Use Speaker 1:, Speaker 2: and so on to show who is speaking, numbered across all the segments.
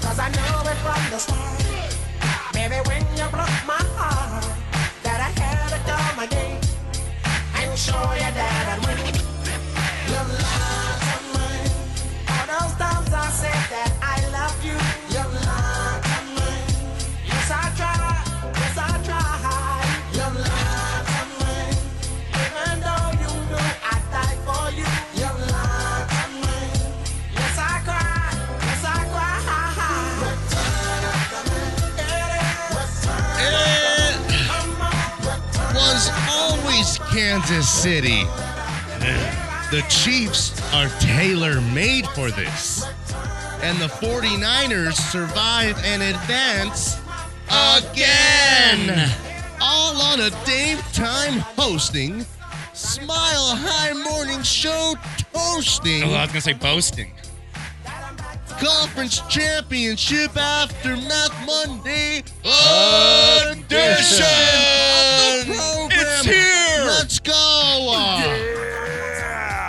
Speaker 1: know it from the start. Baby, when you broke my heart, that I had to come again and show you that I win. Your lies are mine. All those times I said that I love you, your lies are mine. Yes, I tried. Yes, I tried. Your lies are mine. Even though you knew I died for you, your lies are mine. Yes, I cried. Yes, I cried.
Speaker 2: It
Speaker 1: Come on.
Speaker 2: was always Kansas City. The Chiefs are tailor made for this. And the 49ers survive and advance again. All on a Dave Time hosting, Smile High Morning Show toasting.
Speaker 3: Oh, I was gonna say boasting.
Speaker 2: Conference Championship Aftermath Monday
Speaker 3: Edition!
Speaker 2: edition of the program.
Speaker 3: It's here!
Speaker 2: Let's go!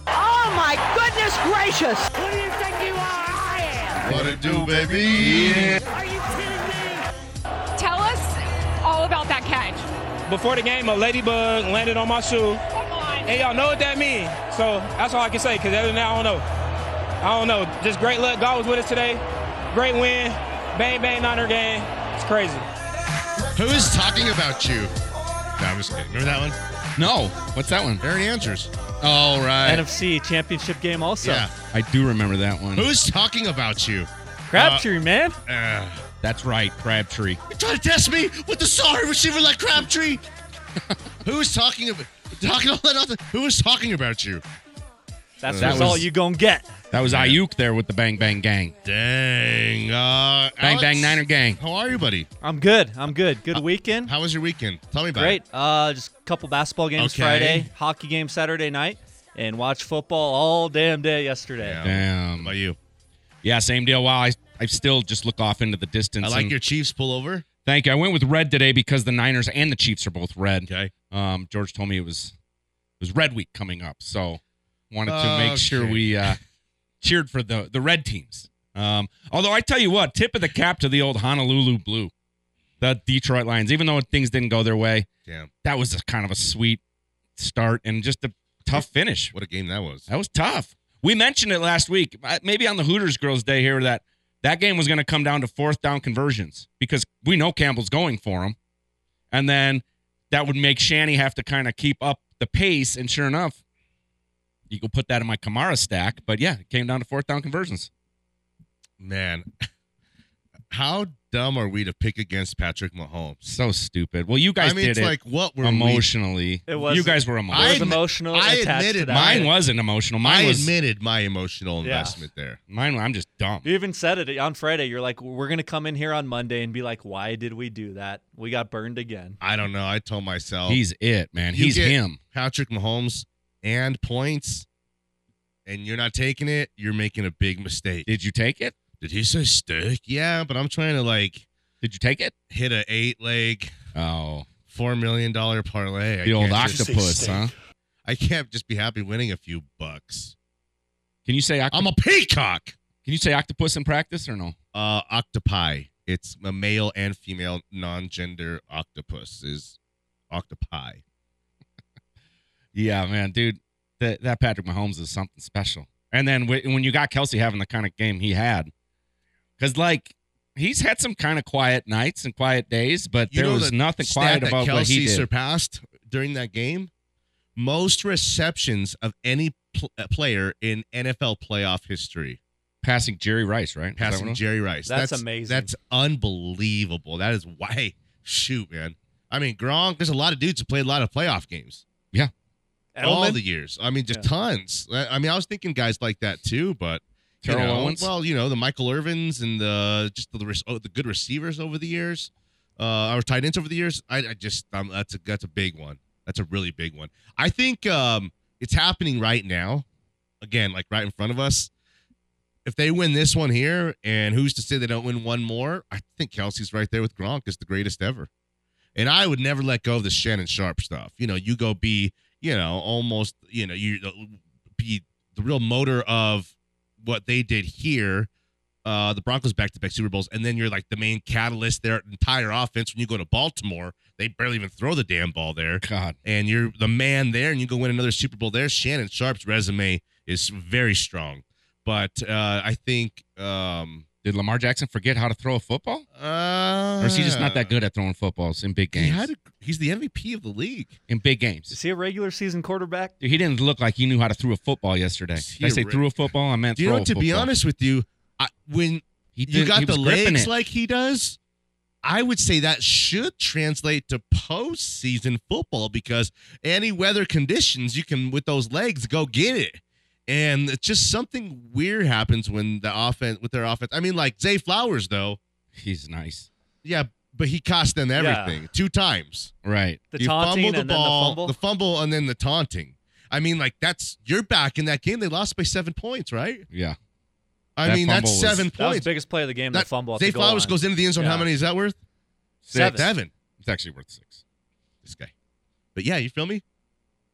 Speaker 4: Oh my goodness gracious!
Speaker 5: Who do you think you are? I am.
Speaker 2: What it do, baby?
Speaker 5: Are you kidding me?
Speaker 6: Tell us all about that catch.
Speaker 7: Before the game, a ladybug landed on my shoe.
Speaker 6: Come on.
Speaker 7: And y'all know what that means. So that's all I can say, because other than that, I don't know. I don't know. Just great luck. God was with us today. Great win. Bang, bang, Niner game. It's crazy.
Speaker 2: Who is talking about you? No, I'm just kidding. Remember that one?
Speaker 3: No, what's that one?
Speaker 2: Aaron Andrews. All right.
Speaker 8: NFC Championship game also.
Speaker 2: yeah.
Speaker 3: I do remember that one.
Speaker 2: Who's talking about you?
Speaker 8: Crabtree, man.
Speaker 2: Uh,
Speaker 3: That's right, Crabtree.
Speaker 2: you trying to test me with the sorry receiver like Crabtree? Who's talking about talking all that? other- Who is talking about you?
Speaker 8: That's
Speaker 3: That
Speaker 8: what's all
Speaker 3: was-
Speaker 8: you gonna get.
Speaker 3: That was Ayuk there with the Bang Bang Gang.
Speaker 2: Dang. Uh,
Speaker 3: Bang
Speaker 2: Alex,
Speaker 3: Bang Niner Gang.
Speaker 2: How are you, buddy?
Speaker 8: I'm good. I'm good.
Speaker 2: Uh,
Speaker 8: Good weekend.
Speaker 2: How was your weekend? Tell me about
Speaker 8: Great.
Speaker 2: it.
Speaker 8: Uh, just a couple basketball games
Speaker 2: Okay.
Speaker 8: Friday, hockey game Saturday night, and watch football all damn day yesterday.
Speaker 2: How
Speaker 3: Damn.
Speaker 2: about you?
Speaker 3: Yeah, same deal. Wow, I, I still just look off into the distance.
Speaker 2: I like
Speaker 3: and-
Speaker 2: your Chiefs pullover.
Speaker 3: Thank you. I went with red today because the Niners and the Chiefs are both red.
Speaker 2: Okay.
Speaker 3: Um, George told me it was it was Red Week coming up, so wanted to make sure
Speaker 2: Okay.
Speaker 3: we uh, cheered for the the red teams. Um, although I tell you what, tip of the cap to the old Honolulu Blue, the Detroit Lions. Even though things didn't go their way,
Speaker 2: Damn.
Speaker 3: that was a kind of a sweet start and just a tough finish.
Speaker 2: What a game that was.
Speaker 3: That was tough. We mentioned it last week, I- maybe on the Hooters Girls Day here, that that game was going to come down to fourth down conversions because we know Campbell's going for them. And then that would make Shanny have to kind of keep up the pace. And sure enough, you can put that in my Kamara stack. But yeah, it came down to fourth down conversions.
Speaker 2: Man, how dumb are we to pick against Patrick Mahomes?
Speaker 3: So stupid. Well, you guys
Speaker 2: I mean,
Speaker 3: did
Speaker 2: it's
Speaker 3: it
Speaker 2: like what were
Speaker 3: emotionally.
Speaker 8: It was-
Speaker 3: you guys were
Speaker 8: I was
Speaker 2: admi-
Speaker 3: emotional.
Speaker 8: emotional.
Speaker 2: I
Speaker 8: attached to
Speaker 2: admitted
Speaker 8: that.
Speaker 3: mine wasn't emotional.
Speaker 2: we? I
Speaker 3: Mine was.
Speaker 2: admitted my emotional
Speaker 8: Yeah.
Speaker 2: investment there.
Speaker 3: Mine. I'm just dumb.
Speaker 8: You even said it on Friday. You're like, we're gonna come in here on Monday and be like, why did we do that? We got burned again.
Speaker 2: I don't know. I told myself
Speaker 3: He's it, man.
Speaker 2: You
Speaker 3: He's
Speaker 2: get
Speaker 3: him.
Speaker 2: Patrick Mahomes and points, and you're not taking it. You're making a big mistake.
Speaker 3: Did you take it?
Speaker 2: Did he say stick? Yeah, but I'm trying to like
Speaker 3: Did you take it?
Speaker 2: hit a eight leg
Speaker 3: Oh,
Speaker 2: four million dollar parlay. I
Speaker 3: the old
Speaker 2: can't just-
Speaker 3: octopus, huh?
Speaker 2: I can't just be happy winning a few bucks.
Speaker 3: Can you say octopus?
Speaker 2: I'm a peacock.
Speaker 3: Can you say octopus in practice or no?
Speaker 2: Uh, octopi. It's a male and female non-gender octopus. Is octopi.
Speaker 3: Yeah, man, dude, that that Patrick Mahomes is something special. And then wh- when you got Kelsey having the kind of game he had, because like he's had some kind of quiet nights and quiet days, but
Speaker 2: You
Speaker 3: there
Speaker 2: know
Speaker 3: was
Speaker 2: the
Speaker 3: nothing
Speaker 2: stat
Speaker 3: quiet
Speaker 2: that
Speaker 3: about
Speaker 2: Kelsey
Speaker 3: what he did.
Speaker 2: surpassed during that game. Most receptions of any pl- uh, player in NFL playoff history,
Speaker 3: passing Jerry Rice, right? Is that what it
Speaker 2: passing
Speaker 3: was?
Speaker 2: Jerry Rice.
Speaker 8: That's amazing.
Speaker 2: That's unbelievable. That is why. Hey, shoot, man. I mean, Gronk. There's a lot of dudes who played a lot of playoff games all
Speaker 8: Edelman?
Speaker 2: the years. I mean, just
Speaker 8: Yeah.
Speaker 2: tons. I I mean, I was thinking guys like that too, but you
Speaker 3: Terrell
Speaker 2: know,
Speaker 3: Owens.
Speaker 2: Well, you know the Michael Irvins and the just the res- oh, the good receivers over the years, uh, or tight ends over the years. I, I just um, that's a that's a big one. That's a really big one. I think um, it's happening right now. Again, like right in front of us. If they win this one here, and who's to say they don't win one more? I think Kelsey's right there with Gronk as the greatest ever. And I would never let go of the Shannon Sharp stuff. You know, you go be, you know, almost, you uh, know, you be the real motor of what they did here uh, the Broncos back to back Super Bowls, and then you're like the main catalyst their entire offense. When you go to Baltimore, they barely even throw the damn ball there,
Speaker 3: God.
Speaker 2: and you're the man there, and you go win another Super Bowl there. Shannon Sharp's resume is very strong, but uh, I think. Um,
Speaker 3: Did Lamar Jackson forget how to throw a football?
Speaker 2: uh,
Speaker 3: Or is he just not that good at throwing footballs in big
Speaker 2: He
Speaker 3: games?
Speaker 2: had a, he's the MVP of the league.
Speaker 3: in big games.
Speaker 8: Is he a regular season quarterback?
Speaker 3: Dude, he didn't look like he knew how to throw a football yesterday.
Speaker 2: Is
Speaker 3: Did I
Speaker 2: he
Speaker 3: say
Speaker 2: a re-
Speaker 3: threw a football? I meant
Speaker 2: Do you
Speaker 3: throw
Speaker 2: know?
Speaker 3: a
Speaker 2: To be
Speaker 3: football.
Speaker 2: honest with you, I, when
Speaker 3: he
Speaker 2: you
Speaker 3: didn't-
Speaker 2: got
Speaker 3: he
Speaker 2: the
Speaker 3: was gripping
Speaker 2: legs
Speaker 3: it.
Speaker 2: like he does, I would say that should translate to postseason football because any weather conditions, you can with those legs go get it. And it's just something weird happens when the offense with their offense. I mean, like Zay Flowers though,
Speaker 3: He's nice.
Speaker 2: yeah, but he cost them everything two times.
Speaker 3: Right.
Speaker 8: The
Speaker 2: you
Speaker 8: taunting
Speaker 2: fumble
Speaker 8: and
Speaker 2: the
Speaker 8: then
Speaker 2: ball,
Speaker 8: the fumble.
Speaker 2: and then the taunting. I mean, like that's you're back in that game. They lost by seven points, right?
Speaker 3: Yeah.
Speaker 2: I
Speaker 3: That
Speaker 2: mean, that's
Speaker 3: fumble was-
Speaker 2: seven
Speaker 8: that was the
Speaker 2: points.
Speaker 8: biggest play of the game. That, fumble. At
Speaker 2: Zay
Speaker 8: the goal
Speaker 2: Flowers
Speaker 8: line.
Speaker 2: goes into the end zone. How
Speaker 8: Yeah.
Speaker 2: many is that worth?
Speaker 8: Seven.
Speaker 2: Seven.
Speaker 3: It's actually worth six.
Speaker 2: This guy. But yeah, you feel me?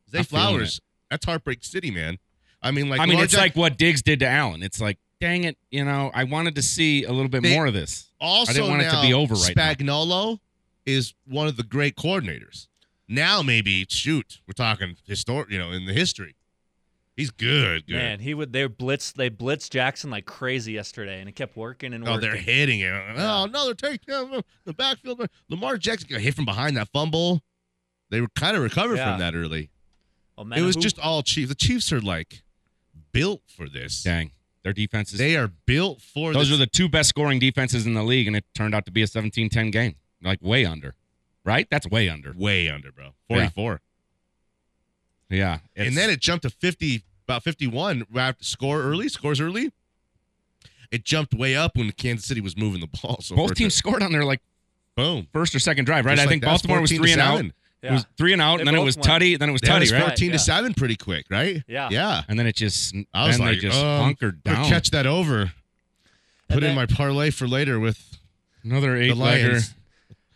Speaker 2: Zay
Speaker 3: I'm feeling
Speaker 2: Flowers. That's Heartbreak City, man. I mean, like
Speaker 3: I mean,
Speaker 2: Lamar
Speaker 3: it's
Speaker 2: Jack-
Speaker 3: like what Diggs did to Allen. It's like, dang it, you know, I wanted to see a little bit
Speaker 2: They-
Speaker 3: more of this.
Speaker 2: also
Speaker 3: I didn't want it to
Speaker 2: now,
Speaker 3: be over right now.
Speaker 2: Spagnolo is one of the great coordinators. Now maybe shoot, we're talking historic, you know, in the history. He's good, good.
Speaker 8: Man, he would. They blitzed. They blitzed Jackson like crazy yesterday, and it kept working and
Speaker 2: Oh,
Speaker 8: working.
Speaker 2: they're hitting it. Oh, another takedown. The backfield. Lamar Jackson got hit from behind that fumble. They were kind of recovered
Speaker 8: Yeah.
Speaker 2: from that early.
Speaker 8: Oh,
Speaker 2: it was
Speaker 8: Manahu-
Speaker 2: just all Chiefs. The Chiefs are like built for this.
Speaker 3: Dang. Their defenses.
Speaker 2: They are built for
Speaker 3: those
Speaker 2: this.
Speaker 3: are the two best scoring defenses in the league, and it turned out to be a 17 10 game. Like way under. Right? That's way under.
Speaker 2: way under, bro.
Speaker 3: Yeah.
Speaker 2: 44.
Speaker 3: Yeah.
Speaker 2: And then it jumped to 50, about 51, right after score early, scores early. It jumped way up when Kansas City was moving the ball. So for
Speaker 3: both
Speaker 2: it
Speaker 3: teams
Speaker 2: to-
Speaker 3: scored on their like
Speaker 2: boom.
Speaker 3: first or second drive, right?
Speaker 2: Just
Speaker 3: I
Speaker 2: like
Speaker 3: think
Speaker 2: that, it's
Speaker 3: Baltimore was
Speaker 2: 14
Speaker 3: three
Speaker 2: to
Speaker 3: and out.
Speaker 2: seven.
Speaker 8: Yeah.
Speaker 3: It was three and out,
Speaker 8: They
Speaker 3: and then it
Speaker 8: both
Speaker 3: was
Speaker 8: went-
Speaker 3: Tutty, then it was
Speaker 2: That
Speaker 3: Tutty,
Speaker 2: was
Speaker 3: right?
Speaker 2: 14
Speaker 8: Yeah.
Speaker 2: to 7 pretty quick, right?
Speaker 8: Yeah.
Speaker 2: Yeah.
Speaker 3: And then it just,
Speaker 2: I was
Speaker 3: then
Speaker 2: like,
Speaker 3: they just
Speaker 2: um,
Speaker 3: hunkered
Speaker 2: Better
Speaker 3: down.
Speaker 2: Catch that over.
Speaker 8: And
Speaker 2: Put in
Speaker 8: then-
Speaker 2: my parlay for later with
Speaker 3: Another
Speaker 2: the
Speaker 3: eight legger.
Speaker 2: Lions.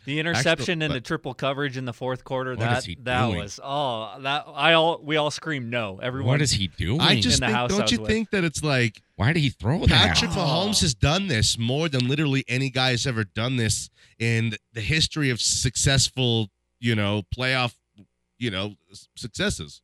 Speaker 8: The interception and the
Speaker 2: but-
Speaker 8: triple coverage in the fourth quarter.
Speaker 3: What
Speaker 8: that
Speaker 3: is he
Speaker 8: that
Speaker 3: doing?
Speaker 8: was oh that I all we all screamed no. Everyone.
Speaker 3: What is he doing?
Speaker 2: I just
Speaker 8: in the
Speaker 2: think,
Speaker 8: house I
Speaker 2: don't
Speaker 8: was
Speaker 2: you
Speaker 8: with.
Speaker 2: think that it's like
Speaker 3: Why did he throw that?
Speaker 2: Patrick Mahomes has done this more than literally any guy has ever done this in the history of successful, you know, playoff, you know, s- successes.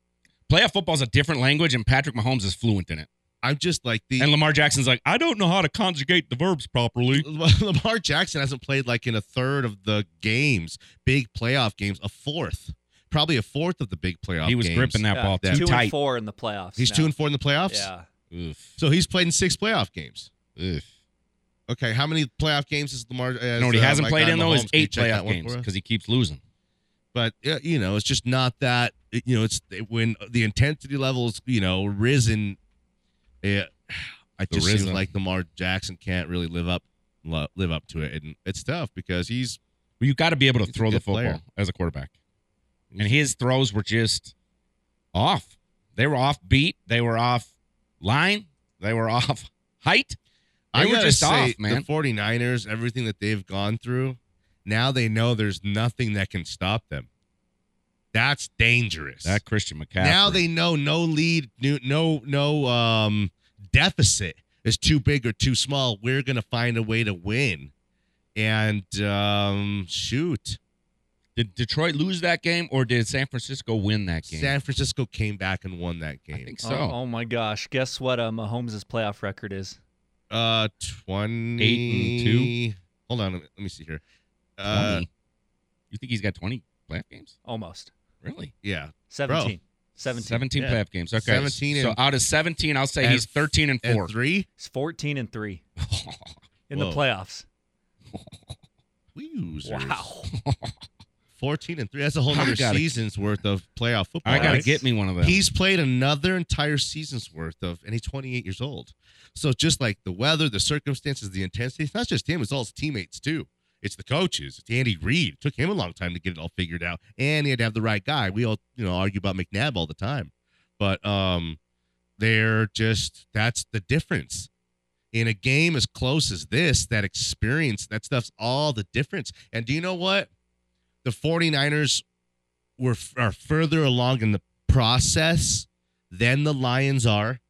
Speaker 3: Playoff football is a different language, and Patrick Mahomes is fluent in it.
Speaker 2: I'm just like the
Speaker 3: And Lamar Jackson's like, I don't know how to conjugate the verbs properly.
Speaker 2: Lamar Jackson hasn't played like in a third of the games, big playoff games, a fourth, probably a fourth of the big playoff.
Speaker 3: He was
Speaker 2: games.
Speaker 3: gripping that
Speaker 8: Yeah,
Speaker 3: ball
Speaker 8: two
Speaker 3: too
Speaker 8: and
Speaker 3: tight.
Speaker 8: four in the playoffs.
Speaker 2: He's
Speaker 8: now.
Speaker 2: two and four in the playoffs.
Speaker 8: Yeah.
Speaker 3: Oof.
Speaker 2: So he's played in six playoff games.
Speaker 3: Oof.
Speaker 2: Okay, how many playoff games has Lamar? Has,
Speaker 3: You know what he
Speaker 2: uh,
Speaker 3: hasn't
Speaker 2: my
Speaker 3: played
Speaker 2: guy
Speaker 3: in though
Speaker 2: Mahomes? Can
Speaker 3: is
Speaker 2: you
Speaker 3: eight
Speaker 2: check that
Speaker 3: playoff
Speaker 2: one
Speaker 3: games
Speaker 2: for us?
Speaker 3: because he keeps losing.
Speaker 2: But uh, you know, it's just not that. it- You know, it's it- when the intensity levels, you know, risen. It, I
Speaker 3: The
Speaker 2: just seems
Speaker 3: risen.
Speaker 2: like Lamar Jackson can't really live up lo- live up to it, and it's tough because he's
Speaker 3: Well, you got to be able to
Speaker 2: He's a
Speaker 3: throw the
Speaker 2: good
Speaker 3: football
Speaker 2: player.
Speaker 3: as a quarterback, and his throws were just off. They were off beat. They were off line. They were off height. They
Speaker 2: I
Speaker 3: were
Speaker 2: gotta
Speaker 3: just
Speaker 2: say,
Speaker 3: off, man.
Speaker 2: The 49ers, everything that they've gone through, now they know there's nothing that can stop them. That's dangerous.
Speaker 3: That Christian McCaffrey.
Speaker 2: Now they know no lead, no no, no um, deficit is too big or too small. We're gonna find a way to win, and um, shoot,
Speaker 3: did Detroit lose that game or did San Francisco win that game?
Speaker 2: San Francisco came back and won that
Speaker 3: I
Speaker 2: game.
Speaker 3: think so.
Speaker 8: Oh, oh my gosh! Guess what? Uh, Mahomes' playoff record is.
Speaker 2: Uh, twenty
Speaker 3: Eight
Speaker 2: two. Hold on, let me, let me see here. Uh,
Speaker 3: 20. You think he's got 20 playoff games?
Speaker 8: Almost
Speaker 3: Really?
Speaker 2: yeah,
Speaker 8: 17. 17.
Speaker 3: 17
Speaker 2: Yeah.
Speaker 3: playoff games. Okay.
Speaker 2: 17
Speaker 3: so
Speaker 2: and-
Speaker 3: out of 17, I'll say
Speaker 2: and-
Speaker 3: he's 13 and 4.
Speaker 2: and three.
Speaker 8: It's 14 and 3 in
Speaker 2: Whoa.
Speaker 8: the playoffs.
Speaker 2: Wowzers.
Speaker 8: Wow.
Speaker 2: fourteen and three. That's a whole
Speaker 3: I
Speaker 2: other
Speaker 3: gotta-
Speaker 2: season's worth of playoff football.
Speaker 3: I got to
Speaker 2: right?
Speaker 3: get me one of them.
Speaker 2: He's played another entire season's worth of, and he's 28 years old. So just like the weather, the circumstances, the intensity, it's not just him, it's all his teammates too. It's the coaches. It's Andy Reid. It took him a long time to get it all figured out, and he had to have the right guy. We all, you know, argue about McNabb all the time, but um, they're just that's the difference. In a game as close as this, that experience, that stuff's all the difference. And do you know what? The 49ers were are further along in the process than the Lions are.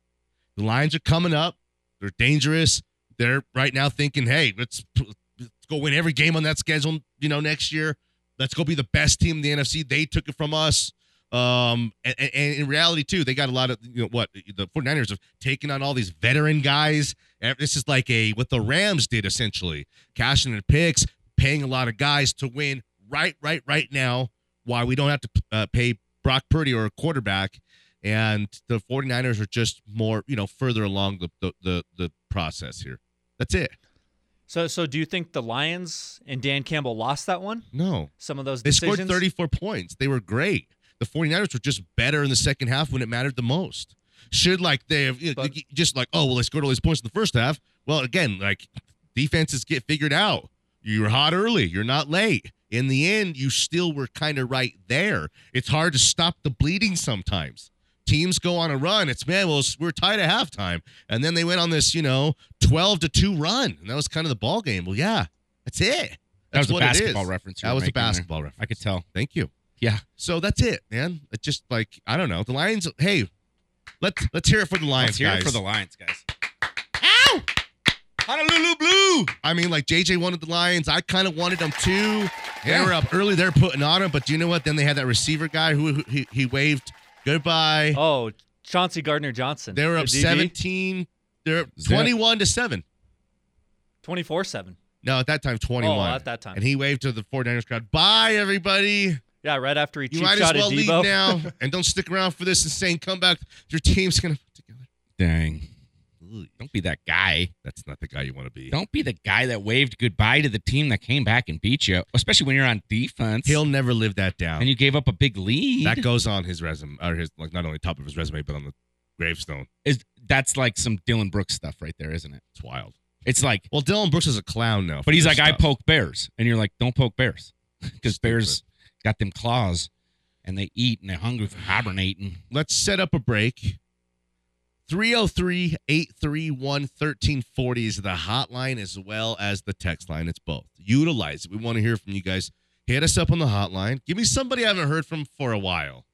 Speaker 2: The Lions are coming up. They're dangerous. They're right now thinking, hey, let's, let's go win every game on that schedule. You know, next year, let's go be the best team in the NFC. They took it from us. Um, and, and, and in reality, too, they got a lot of you know what the 49ers have taken on all these veteran guys. Eh, This is like a what the Rams did essentially, cashing in picks, paying a lot of guys to win right, right, right now. Why we don't have to uh, pay Brock Purdy or a quarterback, and the 49ers are just more you know further along the the the, the process here. That's it.
Speaker 8: So, so do you think the Lions and Dan Campbell lost that one?
Speaker 2: No,
Speaker 8: Some of those
Speaker 2: they
Speaker 8: decisions.
Speaker 2: scored 34 points. They were great. The 49ers were just better in the second half when it mattered the most. Should like they have you know,
Speaker 8: But-
Speaker 2: just like, oh, well, they scored all these points in the first half. Well, again, like defenses get figured out. You're hot early, you're not late. In the end, you still were kind of right there. It's hard to stop the bleeding sometimes. Teams go on a run. It's man, well, it's- we're tied at halftime, and then they went on this, you know, twelve to two run, and that was kind of the ball game. Well, yeah, that's it.
Speaker 3: That
Speaker 2: That's
Speaker 3: was a
Speaker 2: what it is.
Speaker 3: basketball reference you
Speaker 2: That
Speaker 3: were
Speaker 2: was a
Speaker 3: making there.
Speaker 2: basketball reference.
Speaker 3: I could tell.
Speaker 2: Thank you.
Speaker 3: Yeah.
Speaker 2: So that's it, man. It's just like I don't know. The Lions. Hey, let's let's hear it for the Lions,
Speaker 3: Let's hear
Speaker 2: guys.
Speaker 3: it for the Lions, guys. Ow! Honolulu Blue.
Speaker 2: I mean, like JJ wanted the Lions. I kind of wanted them too. They
Speaker 3: Yeah.
Speaker 2: were up early. They're putting on him, but do you know what? Then they had that receiver guy who, who he, he waved goodbye.
Speaker 8: Oh, Chauncey Gardner Johnson.
Speaker 2: they were up seventeen. They're up
Speaker 3: Zip.
Speaker 2: twenty-one to seven.
Speaker 8: Twenty-four seven.
Speaker 2: No, at that time twenty-one.
Speaker 8: Oh, at that time.
Speaker 2: And he waved to the 49ers crowd. Bye, everybody.
Speaker 8: Yeah, right after he
Speaker 2: You
Speaker 8: cheap
Speaker 2: might as
Speaker 8: shot
Speaker 2: well
Speaker 8: at
Speaker 2: leave
Speaker 8: Debo.
Speaker 2: now. and don't stick around for this insane comeback. Your team's gonna put together.
Speaker 3: Dang. Don't be that guy.
Speaker 2: That's not the guy you want to be.
Speaker 3: Don't be the guy that waved goodbye to the team that came back and beat you, especially when you're on defense
Speaker 2: He'll never live that down.
Speaker 3: and you gave up a big lead.
Speaker 2: that goes on his resume, or his like not only top of his resume, but on the gravestone.
Speaker 3: is that's like some Dylan Brooks stuff right there, isn't it?
Speaker 2: It's wild.
Speaker 3: It's like,
Speaker 2: Well, Dylan Brooks is a clown now. for
Speaker 3: but he's
Speaker 2: this
Speaker 3: like, I
Speaker 2: stuff.
Speaker 3: poke bears, and you're like, don't poke bears, because
Speaker 2: Stupid.
Speaker 3: bears got them claws, and they eat, and they're hungry from hibernating.
Speaker 2: Let's set up a break. 303 831 1340 is the hotline as well as the text line. It's both. Utilize it. We want to hear from you guys. Hit us up on the hotline. Give me somebody I haven't heard from for a while.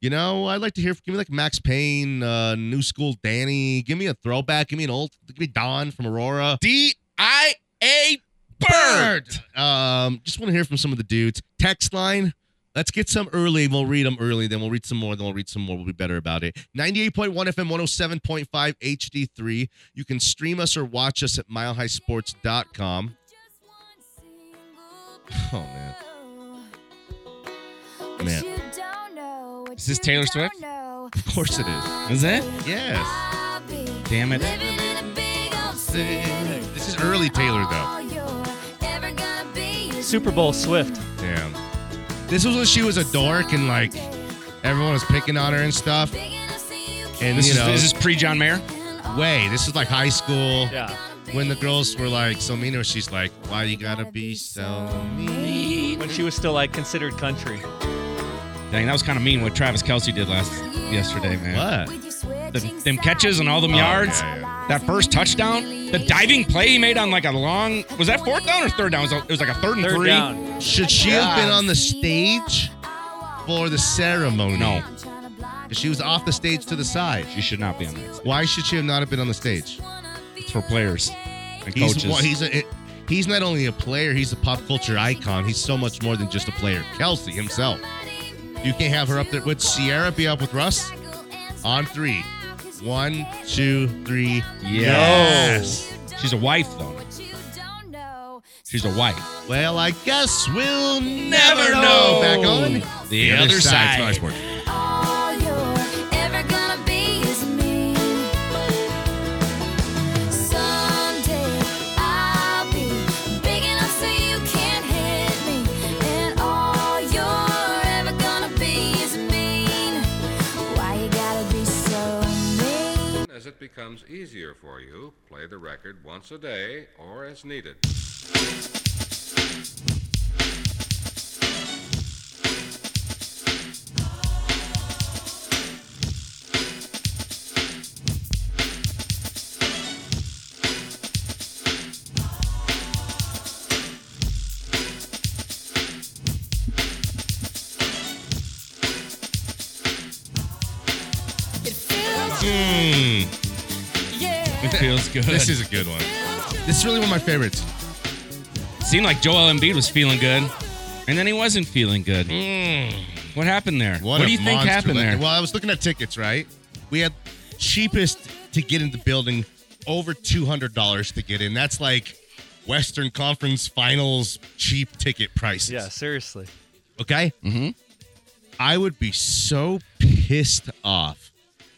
Speaker 2: You know, I'd like to hear. Give me like Max Payne, uh, New School Danny. Give me a throwback. Give me an old. Give me Don from Aurora.
Speaker 3: D I A
Speaker 2: Bird. Um, just want to hear from some of the dudes. Text line. Let's get some early. We'll read them early. Then we'll read some more. Then we'll read some more. We'll be better about it. 98.1 FM, 107.5 HD3. You can stream us or watch us at milehighsports.com. Oh, man. Man.
Speaker 9: Is this Taylor Swift? Of
Speaker 2: Of course it is.
Speaker 3: Is it?
Speaker 2: Yes.
Speaker 3: Damn it.
Speaker 2: This is early Taylor, though.
Speaker 8: Super Bowl Swift.
Speaker 2: Damn. This was when she was a dork and, like, everyone was picking on her and stuff. And,
Speaker 3: This
Speaker 2: you
Speaker 3: is,
Speaker 2: know,
Speaker 3: this is pre John Mayer.
Speaker 2: way. This is like high school.
Speaker 8: Yeah.
Speaker 2: When the girls were like so mean, or she's like, "Why you gotta be so mean?"
Speaker 8: When she was still like considered country.
Speaker 3: Dang, that was kind of mean what Travis Kelsey did last yesterday, man.
Speaker 2: What?
Speaker 3: Them, them catches and all them
Speaker 2: Oh,
Speaker 3: yards.
Speaker 2: yeah, yeah.
Speaker 3: That first touchdown, the diving play he made on like a long was that fourth down or third down? It was, a- it was like a third and
Speaker 8: Third
Speaker 3: three.
Speaker 8: down.
Speaker 2: Should she have been on the stage for the ceremony?
Speaker 3: No.
Speaker 2: 'Cause she was off the stage to the side.
Speaker 3: She should not be on that.
Speaker 2: Why should she have not have been on the stage?
Speaker 3: It's for players and
Speaker 2: He's
Speaker 3: coaches.
Speaker 2: wa- he's a, it- he's not only a player, he's a pop culture icon. He's so much more than just a player. Kelsey himself. You can't have her up there. Would Sierra be up with Russ? On three. One, two, three.
Speaker 3: Yes. Oh. She's a wife though. She's a wife.
Speaker 2: Well, I guess we'll
Speaker 3: Never
Speaker 2: never know.
Speaker 3: know.
Speaker 2: Back on
Speaker 3: The other side.
Speaker 2: Smash Sports.
Speaker 9: All you're ever gonna be is me. Someday I'll be big enough so you can't hit me. And all you're ever gonna be is mean. Why you gotta be so mean?
Speaker 10: As it becomes easier for you, play the record once a day or as needed.
Speaker 2: Mm,
Speaker 3: It feels good. Hmm.
Speaker 2: this is a good one. This is really one of my favorites.
Speaker 3: Seemed like Joel Embiid was feeling good, and then he wasn't feeling good. What happened there?
Speaker 2: What, a
Speaker 3: do you think
Speaker 2: monster
Speaker 3: happened
Speaker 2: that-
Speaker 3: there?
Speaker 2: Well, I was looking at tickets, right? We had cheapest to get in the building over $200 to get in. That's like Western Conference Finals cheap ticket prices.
Speaker 8: Yeah, seriously.
Speaker 2: Okay? Mm-hmm. I would be so pissed off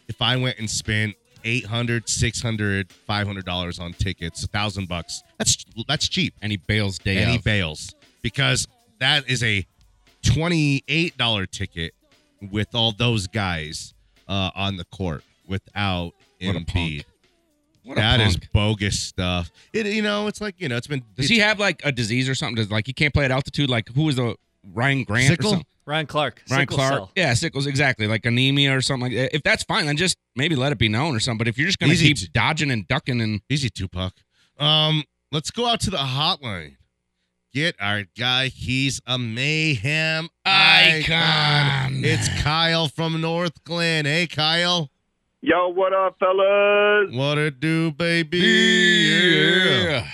Speaker 2: if I went and spent 800 600 $500 on tickets, a 1000 bucks. That's that's cheap.
Speaker 3: and he bails day
Speaker 2: and he
Speaker 3: of.
Speaker 2: bails because that is a twenty-eight dollar ticket with all those guys uh, on the court without
Speaker 3: What a
Speaker 2: Embiid.
Speaker 3: punk. What a
Speaker 2: That is
Speaker 3: punk.
Speaker 2: bogus stuff. It you know it's like you know it's been
Speaker 3: Does
Speaker 2: it's
Speaker 3: he have like a disease or something? Does like he can't play at altitude? Like who was the Ryan Grant?
Speaker 2: Sickle?
Speaker 3: Or something?
Speaker 8: Ryan Clark.
Speaker 3: Ryan
Speaker 8: sickle
Speaker 3: Clark.
Speaker 8: cell.
Speaker 3: Yeah, sickles exactly. Like anemia or something like that. If that's fine, then just maybe let it be known or something. But if you're just gonna
Speaker 2: Easy
Speaker 3: keep
Speaker 2: to-
Speaker 3: dodging and ducking and
Speaker 2: easy Tupac. Um, let's go out to the hotline. Get our guy. He's a mayhem icon.
Speaker 3: Icon.
Speaker 2: It's Kyle from North Glen. Hey, Kyle.
Speaker 11: Yo, what up, fellas?
Speaker 2: What it do, baby? Yeah.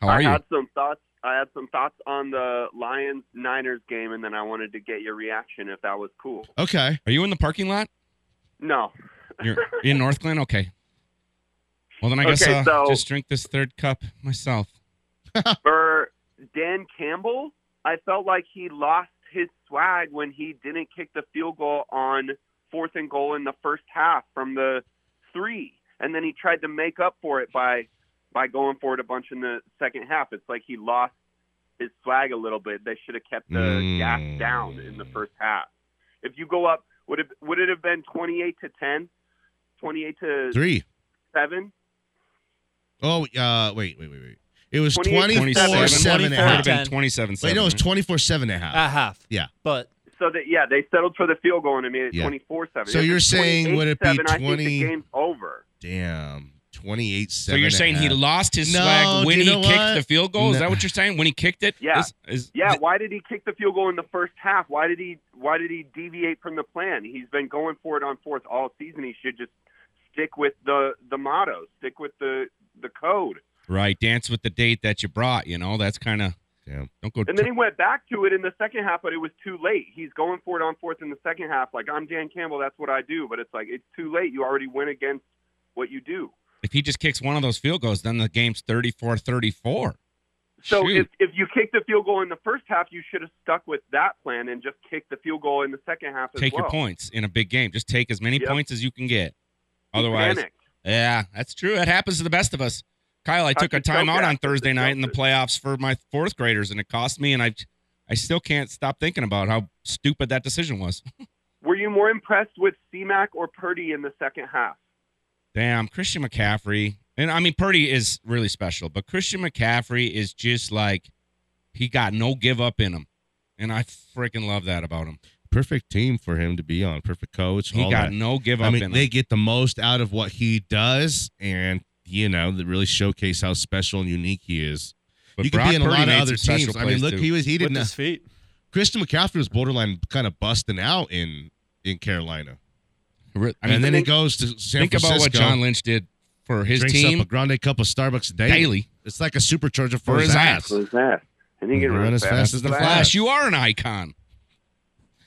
Speaker 3: How are
Speaker 11: I
Speaker 3: you?
Speaker 11: had some thoughts. I had some thoughts on the Lions Niners game, and then I wanted to get your reaction if that was cool.
Speaker 2: Okay.
Speaker 3: Are you in the parking lot?
Speaker 11: No,
Speaker 3: You're in North Glen? Okay. Well, then I guess
Speaker 11: Okay,
Speaker 3: uh,
Speaker 11: so-
Speaker 3: just drink this third cup myself.
Speaker 11: for Dan Campbell, I felt like he lost his swag when he didn't kick the field goal on fourth and goal in the first half from the three, and then he tried to make up for it by by going for it a bunch in the second half. It's like he lost his swag a little bit. They should have kept the
Speaker 2: Mm.
Speaker 11: gas down in the first half. If you go up, would it would it have been twenty eight to 10, 28 to
Speaker 2: Three.
Speaker 11: seven?
Speaker 2: Oh, uh, wait, wait, wait, wait. It was
Speaker 11: 28,
Speaker 2: 24 7,
Speaker 8: 27,
Speaker 2: and a
Speaker 3: Would have
Speaker 2: half.
Speaker 3: been
Speaker 8: 10.
Speaker 3: 27
Speaker 2: Wait, no, it was 24 7 and a half.
Speaker 8: A half.
Speaker 2: Yeah.
Speaker 8: But
Speaker 11: So that yeah, they settled for the field goal and it made it
Speaker 2: Yeah.
Speaker 11: twenty four seven.
Speaker 2: So you're saying, would it be
Speaker 11: I think
Speaker 2: 20?
Speaker 11: the game's over.
Speaker 2: Damn. 28 7.
Speaker 3: So you're saying he lost his
Speaker 2: No,
Speaker 3: swag when
Speaker 2: do you know
Speaker 3: he kicked
Speaker 2: what?
Speaker 3: the field goal? Is
Speaker 2: No.
Speaker 3: that what you're saying? When he kicked it?
Speaker 11: Yeah.
Speaker 3: Is- is-
Speaker 11: Yeah, why did he kick the field goal in the first half? Why did he why did he deviate from the plan? He's been going for it on fourth all season. He should just stick with the the motto, stick with the the code.
Speaker 3: Right. Dance with the date that you brought. You know, that's kind of.
Speaker 2: Damn.
Speaker 3: Don't go.
Speaker 11: And then he went back to it in the second half, but it was too late. He's going for it on fourth in the second half. Like I'm Dan Campbell, that's what I do. But it's like it's too late. You already went against what you do.
Speaker 3: if he just kicks one of those field goals, then the game's 34 34.
Speaker 11: So
Speaker 3: Shoot.
Speaker 11: if, if you kick the field goal in the first half, you should have stuck with that plan and just kick the field goal in the second half as
Speaker 3: Take
Speaker 11: well.
Speaker 3: your points in a big game. Just take as many
Speaker 11: Yep.
Speaker 3: points as you can get.
Speaker 11: He
Speaker 3: Otherwise,
Speaker 11: panicked.
Speaker 3: Yeah, that's true. It happens to the best of us. Kyle, I took a
Speaker 11: Touch the
Speaker 3: timeout on
Speaker 11: toe cap, touch the
Speaker 3: Thursday night in the
Speaker 11: toe.
Speaker 3: playoffs for my fourth graders, and it cost me. And I, I still can't stop thinking about how stupid that decision was.
Speaker 11: Were you more impressed with C-Mac or Purdy in the second half?
Speaker 3: Damn, Christian McCaffrey, and I mean Purdy is really special, but Christian McCaffrey is just like he got no give up in him, and I freaking love that about him.
Speaker 2: Perfect team for him to be on. Perfect coach.
Speaker 3: He
Speaker 2: all
Speaker 3: got
Speaker 2: that.
Speaker 3: no give up
Speaker 2: I mean,
Speaker 3: in
Speaker 2: they
Speaker 3: him.
Speaker 2: get the most out of what he does, and, you know, they really showcase how special and unique he is.
Speaker 3: But
Speaker 2: you could
Speaker 3: Brock
Speaker 2: be in a
Speaker 3: Purdy
Speaker 2: lot of
Speaker 3: made
Speaker 2: other
Speaker 3: some special
Speaker 2: teams. I mean,
Speaker 3: plays,
Speaker 2: look,
Speaker 3: too.
Speaker 2: he was he
Speaker 8: with
Speaker 2: didn't.
Speaker 8: his feet.
Speaker 2: Christian McCaffrey was borderline kind of busting out in in Carolina,
Speaker 3: Re- I
Speaker 2: and
Speaker 3: mean,
Speaker 2: then
Speaker 3: think,
Speaker 2: he goes to San
Speaker 3: think
Speaker 2: Francisco.
Speaker 3: about what John Lynch did for his
Speaker 2: drinks
Speaker 3: team
Speaker 2: up a grande cup of Starbucks daily.
Speaker 3: daily.
Speaker 2: It's like a supercharger for,
Speaker 3: For
Speaker 2: his,
Speaker 3: his
Speaker 2: ass.
Speaker 11: Was that? And he can
Speaker 2: Run
Speaker 11: run,
Speaker 2: as fast as the flash.
Speaker 3: Flash, you are an icon.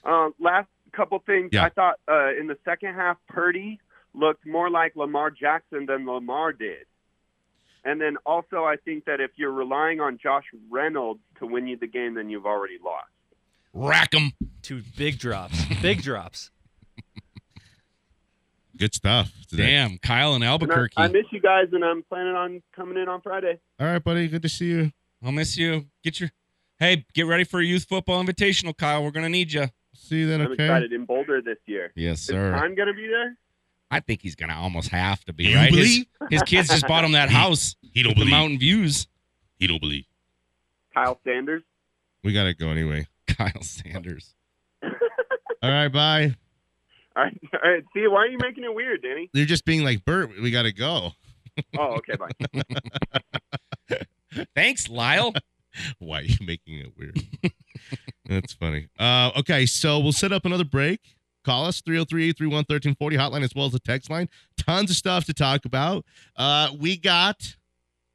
Speaker 11: Um, last couple things.
Speaker 2: Yeah.
Speaker 11: I thought uh, in the second half, Purdy looked more like Lamar Jackson than Lamar did. And then also, I think that if you're relying on Josh Reynolds to win you the game, then you've already lost.
Speaker 3: Rack 'em.
Speaker 8: Two big drops. Big drops.
Speaker 2: Good stuff. today.
Speaker 3: Damn, Kyle in
Speaker 11: And I,
Speaker 3: Albuquerque.
Speaker 11: I miss you guys, and I'm planning on coming in on Friday.
Speaker 2: All right, buddy. Good to see you.
Speaker 3: I'll miss you. Get your hey, get ready for a youth football invitational, Kyle. We're gonna need you.
Speaker 2: See you then.
Speaker 11: I'm
Speaker 2: Okay.
Speaker 11: excited in Boulder this year.
Speaker 3: Yes,
Speaker 11: Is Khan gonna be there?
Speaker 3: I think he's gonna almost have to be
Speaker 2: You
Speaker 3: right. His,
Speaker 2: believe?
Speaker 3: his kids just bought him that house.
Speaker 2: He
Speaker 3: with the mountain views.
Speaker 2: He don't believe.
Speaker 11: Kyle Sanders.
Speaker 2: We gotta go anyway.
Speaker 3: Kyle Sanders.
Speaker 2: All right, bye.
Speaker 11: All right, all right. See, why are you making it weird, Danny?
Speaker 2: You're just being like Bert. We gotta go.
Speaker 11: Oh, okay, bye.
Speaker 3: Thanks, Lyle.
Speaker 2: Why are you making it weird? That's funny. Uh, okay, so we'll set up another break. Call us 303 831 1340 hotline as well as the text line. Tons of stuff to talk about. Uh, we got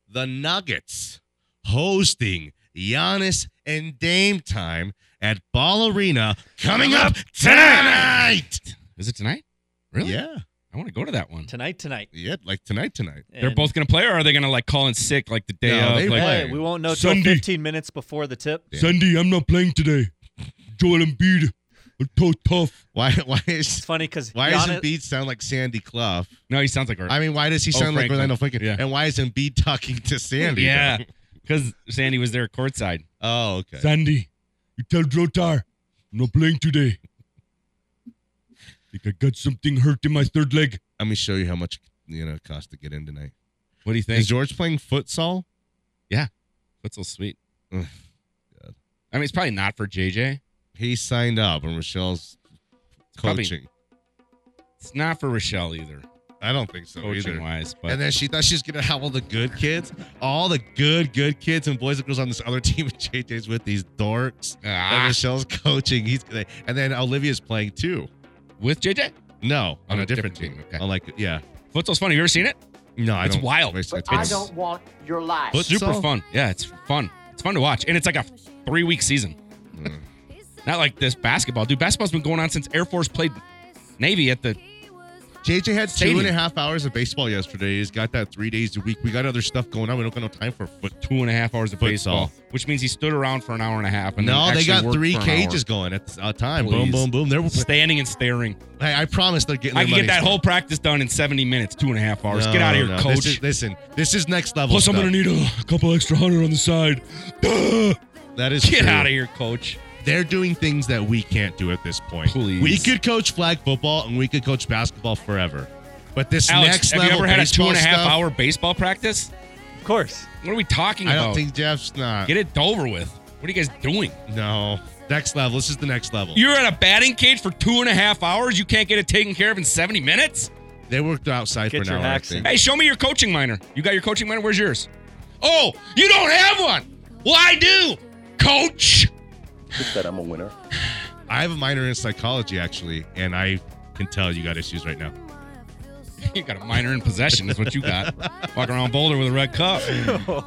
Speaker 2: the Nuggets hosting Giannis and Dame time at Ball Arena coming up tonight.
Speaker 3: Is it tonight? Really?
Speaker 2: Yeah.
Speaker 3: I want to go to that one.
Speaker 8: Tonight, tonight.
Speaker 2: Yeah, like tonight, tonight.
Speaker 3: They're both going to play, or are they going to like call in sick like the day
Speaker 2: No,
Speaker 3: of?
Speaker 2: they
Speaker 3: like,
Speaker 2: play.
Speaker 8: Hey, we won't know till
Speaker 3: Sunday.
Speaker 8: 15 minutes before the tip.
Speaker 3: Sunday, I'm not playing today. Joel Embiid, I'm so tough.
Speaker 2: Why? Why is
Speaker 8: It's funny because
Speaker 2: why does
Speaker 8: Giannis,
Speaker 2: Embiid sound like Sandy Clough?
Speaker 3: No, he sounds like.
Speaker 2: I mean, why does he
Speaker 3: Oh,
Speaker 2: sound like
Speaker 3: Franklin.
Speaker 2: Orlando Franklin?
Speaker 3: Yeah.
Speaker 2: And why is Embiid talking to Sandy?
Speaker 3: yeah, because Sandy was there courtside.
Speaker 2: Oh, okay.
Speaker 3: Sandy, you tell Drotar, I'm not playing today. think I got something hurt in my third leg.
Speaker 2: Let me show you how much you know it costs to get in tonight.
Speaker 3: What do you
Speaker 2: Is
Speaker 3: think?
Speaker 2: George playing futsal?
Speaker 3: That's so sweet.
Speaker 2: Ugh,
Speaker 3: I mean, it's probably not for JJ.
Speaker 2: He signed up, and Michelle's
Speaker 3: probably-
Speaker 2: coaching.
Speaker 3: It's not for Rochelle either,
Speaker 2: I don't think so
Speaker 3: coaching
Speaker 2: either.
Speaker 3: wise. But
Speaker 2: And then she thought she was gonna have all the good kids, all the good good kids and boys and girls on this other team. And JJ's with these dorks. And
Speaker 3: ah,
Speaker 2: Michelle's coaching. He's gonna, and then Olivia's playing too.
Speaker 3: with JJ,
Speaker 2: No, on,
Speaker 3: On
Speaker 2: a,
Speaker 3: a
Speaker 2: different,
Speaker 3: different
Speaker 2: team.
Speaker 3: team, okay.
Speaker 2: On like yeah.
Speaker 3: futsal's fun. Have you ever seen it?
Speaker 2: No, I
Speaker 3: It's
Speaker 2: don't-
Speaker 3: wild.
Speaker 2: It's,
Speaker 4: But I don't want your life.
Speaker 2: But-
Speaker 3: Super
Speaker 2: So-
Speaker 3: fun. Yeah, it's fun. It's fun to watch, and it's like a three week season.
Speaker 2: Mm.
Speaker 3: Not like this basketball, dude. Basketball's been going on since Air Force played Navy at the.
Speaker 2: JJ had two and a
Speaker 3: Stadium.
Speaker 2: half hours of baseball yesterday. He's got that three days a week. We got other stuff going on. We don't got no time for foot.
Speaker 3: Two and a half hours of
Speaker 2: Futsal.
Speaker 3: baseball, which means he stood around for an hour and a half. And
Speaker 2: No,
Speaker 3: then
Speaker 2: they
Speaker 3: actually
Speaker 2: got
Speaker 3: worked
Speaker 2: three
Speaker 3: for an
Speaker 2: cages going at a time. Boom,
Speaker 3: Please.
Speaker 2: boom, boom. They're,
Speaker 3: hour. standing and staring.
Speaker 2: hey, I promise they're getting.
Speaker 3: I
Speaker 2: their
Speaker 3: can get that
Speaker 2: money's
Speaker 3: whole practice done in 70 minutes, two and a half hours.
Speaker 2: worth.
Speaker 3: Get out of
Speaker 2: No,
Speaker 3: here,
Speaker 2: no,
Speaker 3: coach.
Speaker 2: This is, listen, this is next level.
Speaker 3: Plus, I'm
Speaker 2: stuff.
Speaker 3: gonna need a couple extra hundred on the side. Duh.
Speaker 2: that is
Speaker 3: Get
Speaker 2: true.
Speaker 3: out of here, coach.
Speaker 2: They're doing things that we can't do at this point.
Speaker 3: Please.
Speaker 2: We could coach flag football and we could coach basketball forever. But this
Speaker 3: Alex,
Speaker 2: next
Speaker 3: have you
Speaker 2: level
Speaker 3: ever had a two
Speaker 2: baseball
Speaker 3: and a half
Speaker 2: stuff,
Speaker 3: hour baseball practice?
Speaker 8: of course.
Speaker 3: What are we talking
Speaker 2: I
Speaker 3: about?
Speaker 2: don't think Jeff's not.
Speaker 3: Get it over with. What are you guys doing?
Speaker 2: No, next level. This is the next level.
Speaker 3: You're at a batting cage for two and a half hours. You can't get it taken care of in 70 minutes?
Speaker 2: They worked outside
Speaker 8: Get
Speaker 2: for
Speaker 8: your
Speaker 2: an hour. I
Speaker 8: hacks in.
Speaker 2: think.
Speaker 3: Hey, show me your coaching minor. You got your coaching minor? Where's yours? Oh, you don't have one. Well, I do, coach.
Speaker 2: I have a minor in psychology actually, and I can tell you got issues right now.
Speaker 3: You got a minor in possession, is what you got. Walking around Boulder with a red cup.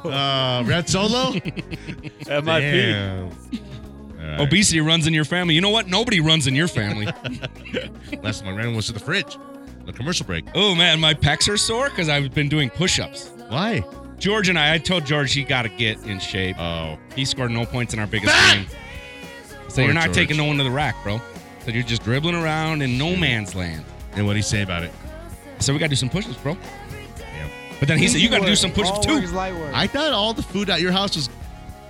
Speaker 2: Uh, Red Solo.
Speaker 8: MIP.
Speaker 2: Damn. All right.
Speaker 3: Obesity runs in your family. You know what? Nobody runs in your family.
Speaker 2: Last time I ran was to the fridge. The commercial break.
Speaker 3: oh man, my pecs are sore because I've been doing push-ups.
Speaker 2: Why?
Speaker 3: George and I, I told George he got to get in shape.
Speaker 2: Oh,
Speaker 3: He scored no points in our biggest game. So
Speaker 2: Poor
Speaker 3: you're not
Speaker 2: George.
Speaker 3: taking no one to the rack, bro. So you're just dribbling around in no man's land.
Speaker 2: and what would he say about it?
Speaker 3: So we got to do some push-ups, bro.
Speaker 2: Damn.
Speaker 3: But then he said you got to do some push-ups too.
Speaker 2: I thought all the food at your house was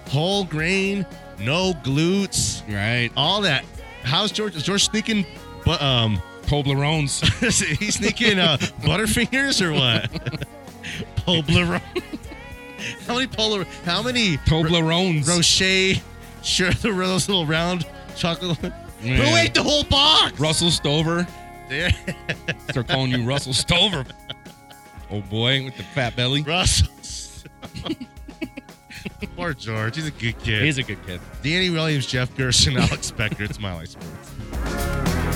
Speaker 2: whole grain, no glutes,
Speaker 3: Right,
Speaker 2: all that. How's George? Is George sneaking? But um,
Speaker 3: Toblerones.
Speaker 2: he's sneaking uh, Butterfingers or what? Polblerone. how many Polar? How many
Speaker 3: Toblerones.
Speaker 2: Rocher, sure, the those little round chocolate. Who
Speaker 3: Yeah.
Speaker 2: ate the whole box?
Speaker 3: Russell Stover.
Speaker 2: Yeah.
Speaker 3: Start calling you Russell Stover. Oh boy, with the fat belly.
Speaker 2: Russell. Poor George. He's a good kid.
Speaker 3: He's a good kid.
Speaker 2: Danny Williams, Jeff Gerson, Alex Becker. It's My Life Sports.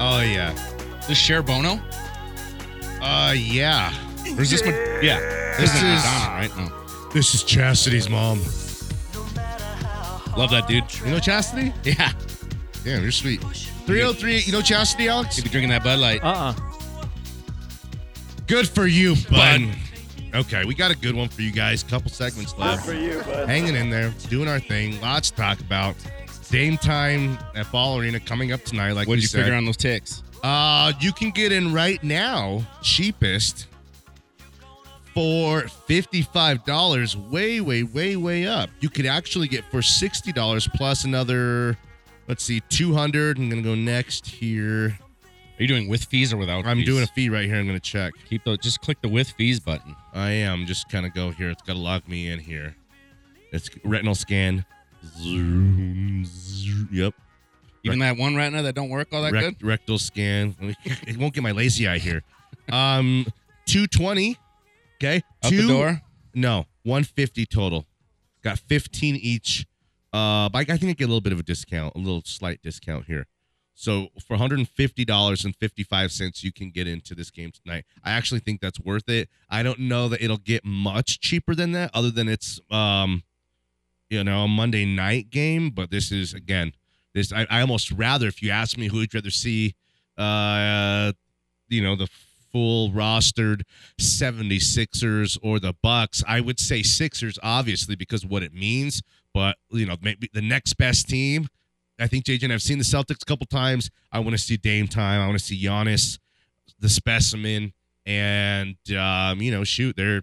Speaker 2: Oh, yeah.
Speaker 3: This Cher Bono?
Speaker 2: Uh, yeah.
Speaker 3: Or is this Ma- yeah.
Speaker 2: This
Speaker 3: isn't
Speaker 2: is-
Speaker 3: Madonna, right? No.
Speaker 2: This is Chastity's mom.
Speaker 3: Love that dude.
Speaker 2: You know Chastity?
Speaker 3: Yeah.
Speaker 2: Damn, you're sweet. 303, you know Chastity, Alex?
Speaker 3: Should be drinking that Bud Light.
Speaker 8: Uh-uh.
Speaker 2: Good for you, bud.
Speaker 3: Bud.
Speaker 2: Okay, we got a good one for you guys. Couple segments left. Good for you, bud. Hanging in there, doing our thing. Lots to talk about. Same time at Ball Arena coming up tonight. Like
Speaker 3: what
Speaker 2: we
Speaker 3: did you
Speaker 2: said.
Speaker 3: figure on those ticks?
Speaker 2: Uh, you can get in right now, cheapest for fifty-five dollars. Way, way, way, way up. You could actually get for sixty dollars plus another. Let's see, two hundred. I'm gonna go next here.
Speaker 3: Are you doing with fees or without?
Speaker 2: I'm
Speaker 3: fees?
Speaker 2: doing a fee right here. I'm going to check.
Speaker 3: Keep the just click the with fees button.
Speaker 2: I am just kind of go here. It's got to log me in here. It's retinal scan. Zoom. zoom. Yep.
Speaker 3: Even that one retina that don't work all that
Speaker 2: Rec-
Speaker 3: good.
Speaker 2: rectal scan. Let me- it won't get my lazy eye here. Um, two twenty. Okay.
Speaker 3: Out the
Speaker 2: Two,
Speaker 3: door?
Speaker 2: No, one fifty total. Got fifteen each. Uh, but I, I think I get a little bit of a discount, a little slight discount here. So for one hundred and fifty dollars and fifty five cents, you can get into this game tonight. I actually think that's worth it. I don't know that it'll get much cheaper than that, other than it's um, you know, a Monday night game. But this is again, this I, I almost rather if you ask me who would you rather see, uh, you know, the full rostered 76ers or the Bucks. I would say Sixers obviously because what it means, but you know, maybe the next best team. I think JJ and I've seen the Celtics a couple times. I want to see Dame time. I want to see Giannis, the specimen, and um, you know, shoot, they're